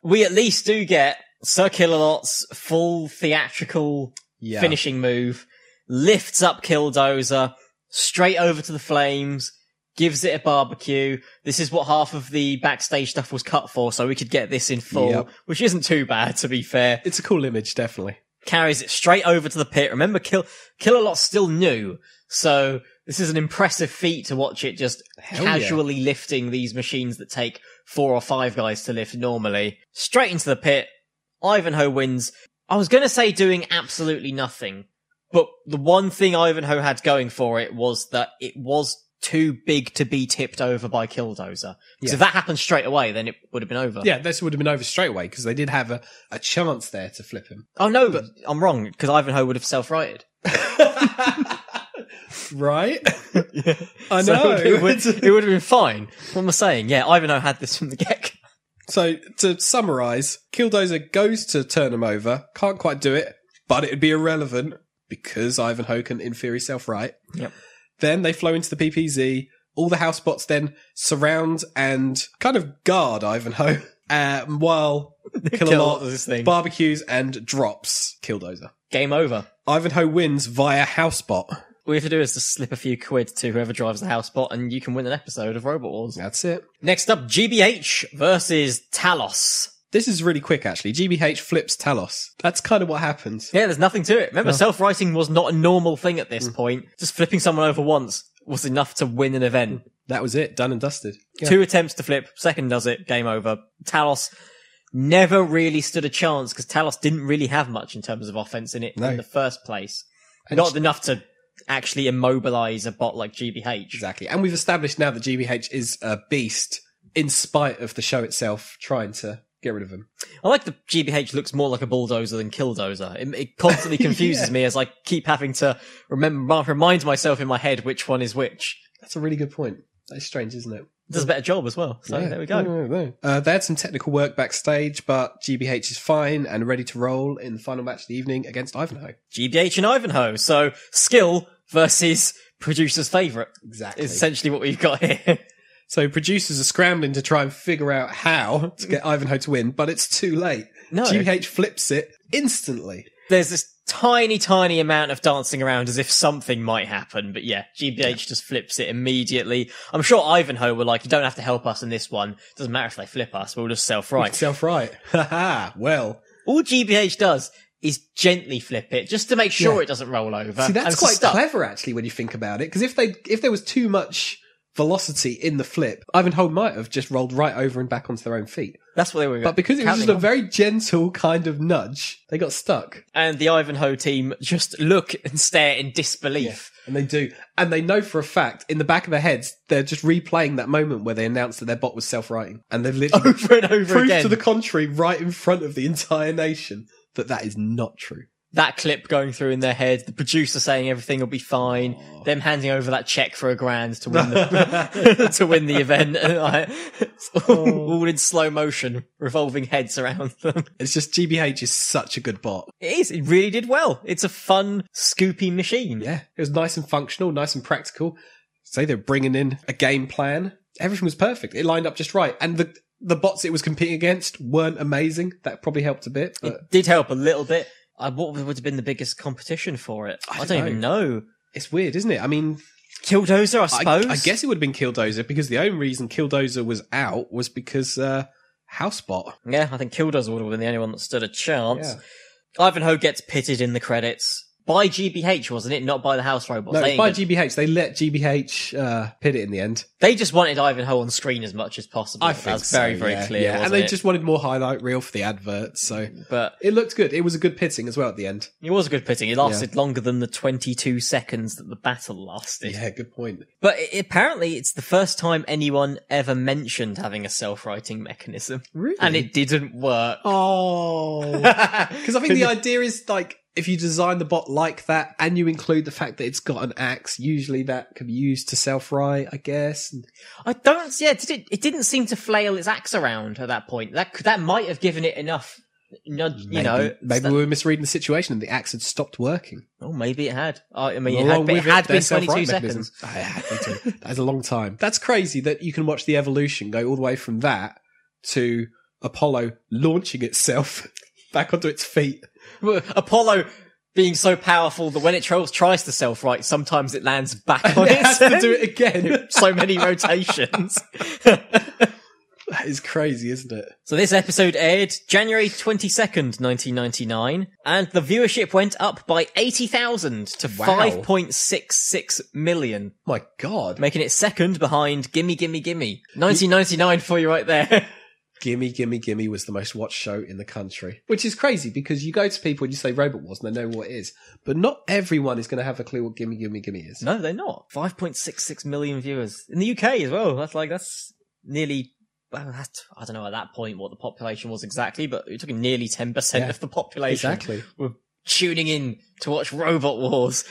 we at least do get Sir Killalot's full theatrical Yeah. finishing move, lifts up Killdozer straight over to the flames, gives it a barbecue. This is what half of the backstage stuff was cut for, so we could get this in full, Yep. which isn't too bad to be fair. It's a cool image, definitely. Carries it straight over to the pit. Remember, Kill Killalot's still new, so this is an impressive feat to watch it just Hell yeah. casually lifting these machines that take four or five guys to lift normally. Straight into the pit. Ivanhoe wins. I was going to say doing absolutely nothing, but the one thing Ivanhoe had going for it was that it was too big to be tipped over by Killdozer. Yeah. Because if that happened straight away, then it would have been over. Yeah, this would have been over straight away because they did have a, a chance there to flip him. Oh no, but I'm wrong because Ivanhoe would have self-righted. Right? I know. So it, would, it would have been fine. What am I saying? Yeah, Ivanhoe had this from the get. So to summarize, Killdozer goes to turn him over, can't quite do it, but it'd be irrelevant because Ivanhoe can, in theory, self right. Yep. Then they flow into the PPZ. All the house bots then surround and kind of guard Ivanhoe um, while Killdozer thing. Killalot barbecues and drops Killdozer. Game over. Ivanhoe wins via house bot. All you have to do is just slip a few quid to whoever drives the house bot, and you can win an episode of Robot Wars. That's it. Next up, GBH versus Talos. This is really quick, actually. GBH flips Talos. That's kind of what happens. Yeah, there's nothing to it. Oh. Remember, self-writing was not a normal thing at Mm. this point. Just flipping someone over once was enough to win an event. That was it. Done and dusted. Two attempts to flip, second does it, game over. Talos never really stood a chance because Talos didn't really have much in terms of offense in it No. in the first place. And Not sh- enough to actually immobilize a bot like GBH. Exactly. And we've established now that GBH is a beast in spite of the show itself trying to get rid of him. I like the GBH looks more like a bulldozer than killdozer. It, it constantly confuses Yeah. me as I keep having to remember, remind myself in my head which one is which. That's a really good point. That's strange, isn't it? It does a better job as well. So there we go. Uh, they had some technical work backstage, but GBH is fine and ready to roll in the final match of the evening against Ivanhoe. GBH and Ivanhoe. So skill versus producer's favorite Exactly. is essentially what we've got here. So producers are scrambling to try and figure out how to get Ivanhoe to win, but it's too late. No. GBH flips it instantly. There's this tiny, tiny amount of dancing around as if something might happen. But yeah, GBH just flips it immediately. I'm sure Ivanhoe were like, you don't have to help us in this one. Doesn't matter if they flip us. We'll just self-right. Self right. Haha. Well, All GBH does is gently flip it just to make sure Yeah. it doesn't roll over. See, Uh, and that's it's quite stuck. clever actually when you think about it. Because if they if there was too much velocity in the flip, Ivanhoe might have just rolled right over and back onto their own feet. That's what they were. But because it was counting just a on. very gentle kind of nudge, they got stuck. and the Ivanhoe team just look and stare in disbelief. And they do. And they know for a fact, in the back of their heads, they're just replaying that moment where they announced that their bot was self writing. And they've literally Over and over proof Oh, again. to the contrary right in front of the entire nation that that is not true. that clip going through in their head, the producer saying everything will be fine, them handing over that check for a grand to win the, to win the event, and I- it's all, all in slow motion, revolving heads around them. It's just GBH is such a good bot. It is. It really did well. It's a fun, scoopy machine. Yeah, it was nice and functional, nice and practical. Say they're bringing in a game plan. Everything was perfect. It lined up just right, and the the bots it was competing against weren't amazing. That probably helped a bit, but Did help a little bit. Uh, what would have been the biggest competition for it? I don't, don't even know. it's weird, isn't it? I mean, Killdozer, I I, suppose. I guess it would have been Killdozer because the only reason Killdozer was out was because uh, Housebot. Yeah, I think Killdozer would have been the only one that stood a chance. Yeah. Ivanhoe gets pitted in the credits by GBH, wasn't it? Not by the house robots. No, they, it's ain't by gonna- GBH. They let GBH uh, pit it in the end. they just wanted Ivanhoe on screen as much as possible. That's very, very yeah, clear. yeah. wasn't and they it? just wanted more highlight reel for the adverts, so But it looked good. It was a good pitting as well at the end. it was a good pitting. It lasted longer than the 22 seconds that the battle lasted. Yeah, good point. But it, apparently, it's the first time anyone ever mentioned having a self-writing mechanism, Really? and it didn't work. Oh. Because I think the idea is like if you design the bot like that and you include the fact that it's got an axe, usually that can be used to self right, I guess. And I don't. Yeah, did it, it didn't seem to flail its axe around at that point. That could- that might have given it enough nudge. maybe, you know, maybe we were misreading the situation and the axe had stopped working. oh, maybe it had. I I mean, it Along had, been- it with it, had their been self-right 22 mechanism. seconds. Ah, it had been 22. That's a long time. That's crazy that you can watch the evolution go all the way from that to Apollo launching itself back onto its feet. Apollo being so powerful that when it tr- tries to self-right, sometimes it lands back on it has to itself. do it again. so many rotations. that is crazy, isn't it? So this episode aired January 22nd, 1999, and the viewership went up by 80,000 to Wow. 5.66 million, My God. making it second behind Gimme Gimme Gimme. 1999 for you right there. Gimme Gimme Gimme was the most watched show in the country. Which is crazy because you go to people and you say Robot Wars and they know what it is. But not everyone is going to have a clue what Gimme Gimme Gimme is. no, they're not. 5.66 million viewers in the UK as well. That's like, that's nearly, well, that's, I don't know at that point what the population was exactly, but you're talking nearly 10% Yeah, of the population. Exactly. were tuning in to watch Robot Wars,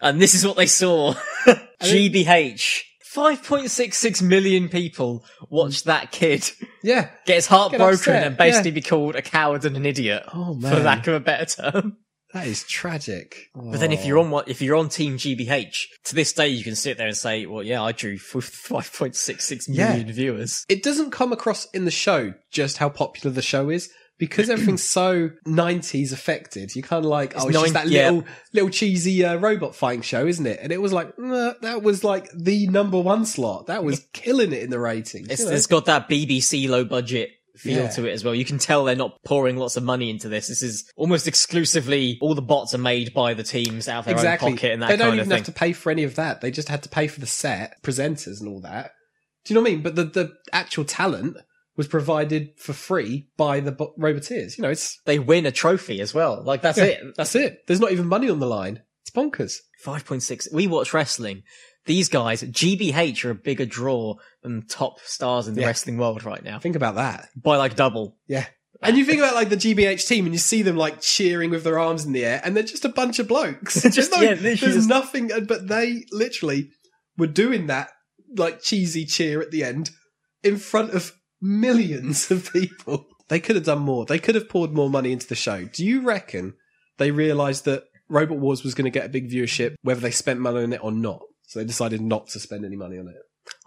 and this is what they saw. GBH. 5.66 million people watch that kid Yeah. get his heart Get broken upset, and basically yeah. be called a coward and an idiot, Oh, for man. lack of a better term. That is tragic. But then if Oh. you're on what if you're on Team GBH, to this day you can sit there and say, "Well, yeah, I drew f- 5.66 million Yeah. viewers." It doesn't come across in the show just how popular the show is because everything's so 90s affected. You're kind of like, oh, it's It's just nine- that yeah. little, little cheesy uh, robot fighting show, isn't it? And it was like, nah, that was like the number one slot. That was killing it in the ratings. It's, you know? it's got that BBC low budget feel Yeah. to it as well. You can tell they're not pouring lots of money into this. This is almost exclusively all the bots are made by the teams out of their exactly. own pocket and that they don't kind even of thing. have to pay for any of that. They just had to pay for the set, presenters, and all that. Do you know what I mean? But the the actual talent was provided for free by the bo- roboteers. You know, it's They win a trophy as well. Like that's it. That's it. There's not even money on the line. It's bonkers. Five point six. We watch wrestling. These guys, GBH, are a bigger draw than top stars in the Yeah. wrestling world right now Think about that. by like double. Yeah. And you think about like the GBH team, and you see them like cheering with their arms in the air, and they're just a bunch of blokes. there's Just- no, yeah, literally there's just- nothing, uh, but they literally were doing that like cheesy cheer at the end in front of millions of people. They could have done more. They could have poured more money into the show. Do you reckon they realised that Robot Wars was going to get a big viewership, whether they spent money on it or not? So they decided not to spend any money on it.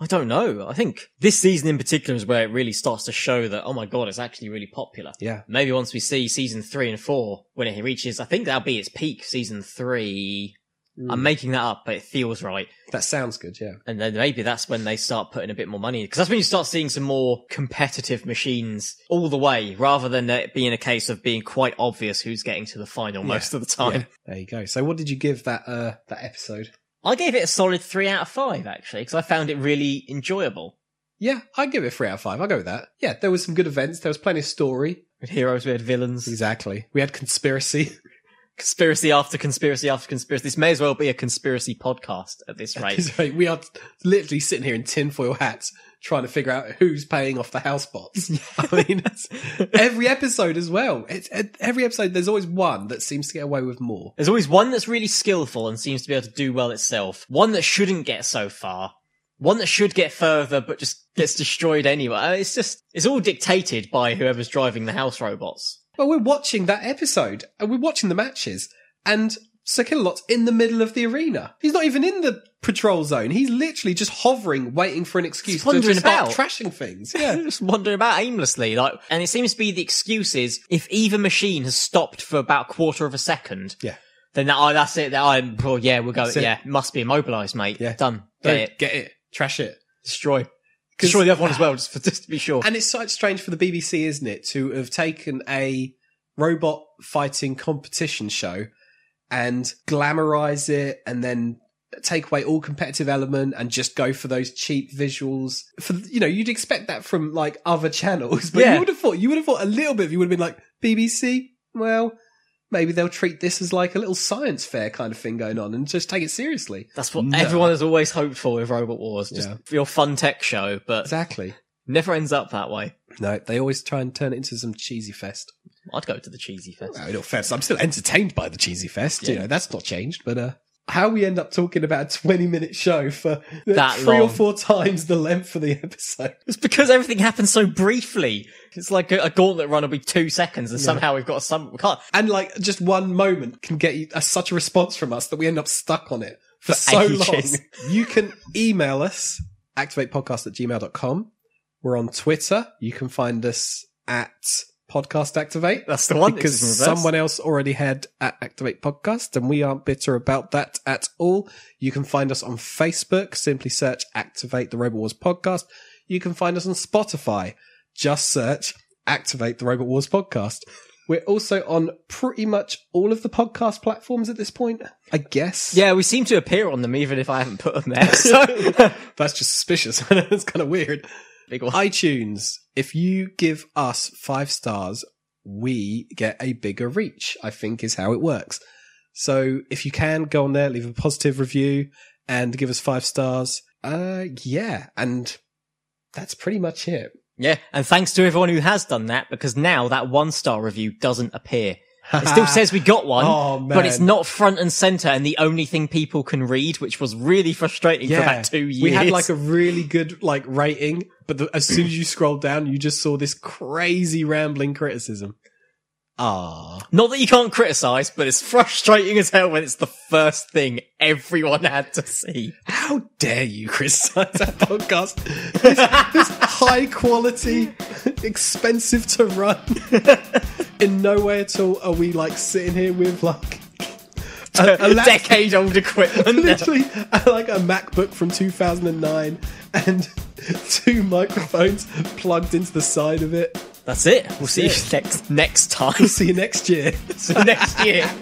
I don't know. I think this season in particular is where it really starts to show that oh my god, it's actually really popular. Yeah. Maybe once we see season three and four, when it reaches, I think that'll be its peak. Season three, Hmm. I'm making that up, but it feels right. That sounds good, yeah. And then maybe that's when they start putting a bit more money because that's when you start seeing some more competitive machines all the way, rather than it being a case of being quite obvious who's getting to the final most of the time. Yeah. There you go. So what did you give that uh that episode? I gave it a solid three out of five actually because I found it really enjoyable. Yeah, I'd give it three out of five. I'll go with that. Yeah, there was some good events. There was plenty of story. We had heroes, we had villains. Exactly. We had conspiracy. Conspiracy after conspiracy after conspiracy. This may as well be a conspiracy podcast at this rate. So we are literally sitting here in tinfoil hats trying to figure out who's paying off the house bots. I mean, it's every episode as well. It's, it, every episode, there's always one that seems to get away with more. There's always one that's really skillful and seems to be able to do well itself. One that shouldn't get so far. One that should get further but just gets destroyed anyway. I mean, It's just, it's all dictated by whoever's driving the house robots. Well, we're watching that episode and we're watching the matches and Sir Kilowat's in the middle of the arena. He's not even in the patrol zone. He's literally just hovering, waiting for an excuse to wandering just start about. trashing things. Yeah. just wandering about aimlessly, like, and it seems to be the excuse is if either machine has stopped for about a quarter of a second, yeah. then that, oh, that's it. That, I'm, oh, yeah, we'll go. it. Yeah, must be immobilized, mate. Yeah. Done. Get Don't it. Get it. Trash it. Destroy. Destroy the other one as well, just, for, just to be sure. And it's so strange for the BBC, isn't it, to have taken a robot fighting competition show and glamorize it and then take away all competitive element and just go for those cheap visuals for you know you'd expect that from like other channels but Yeah. you would have thought you would have thought a little bit you would have been like BBC well maybe they'll treat this as like a little science fair kind of thing going on and just take it seriously That's what everyone has always hoped for with Robot Wars. Just Yeah. your fun tech show, but exactly never ends up that way. no they always try and turn it into some cheesy fest I'd go to the cheesy fest. No, not fest. I'm still entertained by the cheesy fest. You know, that's not changed, but uh how we end up talking about a 20 minute show for That three long. or four times the length of the episode. It's because everything happens so briefly. It's like a, a gauntlet run will be two seconds, and somehow we've got some. We can't. And like just one moment can get you a, such a response from us that we end up stuck on it for, so ages. long. You can email us, activatepodcast at gmail.com. We're on Twitter. You can find us at podcast activate. That's the one. because It's in reverse. someone else already had at Activate Podcast, and we aren't bitter about that at all. You can find us on Facebook. Simply search Activate the Robot Wars Podcast. You can find us on Spotify. Just search Activate the Robot Wars Podcast. We're also on pretty much all of the podcast platforms at this point, I guess. Yeah, we seem to appear on them, even if I haven't put them there. So That's just suspicious. That's kind of weird. Big one. iTunes, if you give us five stars, we get a bigger reach, I think is how it works. So if you can go on there, leave a positive review and give us five stars. Uh, yeah. And that's pretty much it. yeah, and thanks to everyone who has done that, because now that one star review doesn't appear. It still says we got one, Oh, but it's man. not front and center, and the only thing people can read, which was really frustrating for about two years. We had like a really good like rating, but the, as soon as you scrolled down, you just saw this crazy rambling criticism. Ah, Not that you can't criticize, but it's frustrating as hell when it's the first thing everyone had to see. how dare you criticize that podcast? This, this high quality, expensive to run. In no way at all are we like sitting here with like a, a lap- Decade old equipment. literally uh, like a MacBook from 2009 and two microphones plugged into the side of it. That's it. We'll see you next next time. See you next year. next year.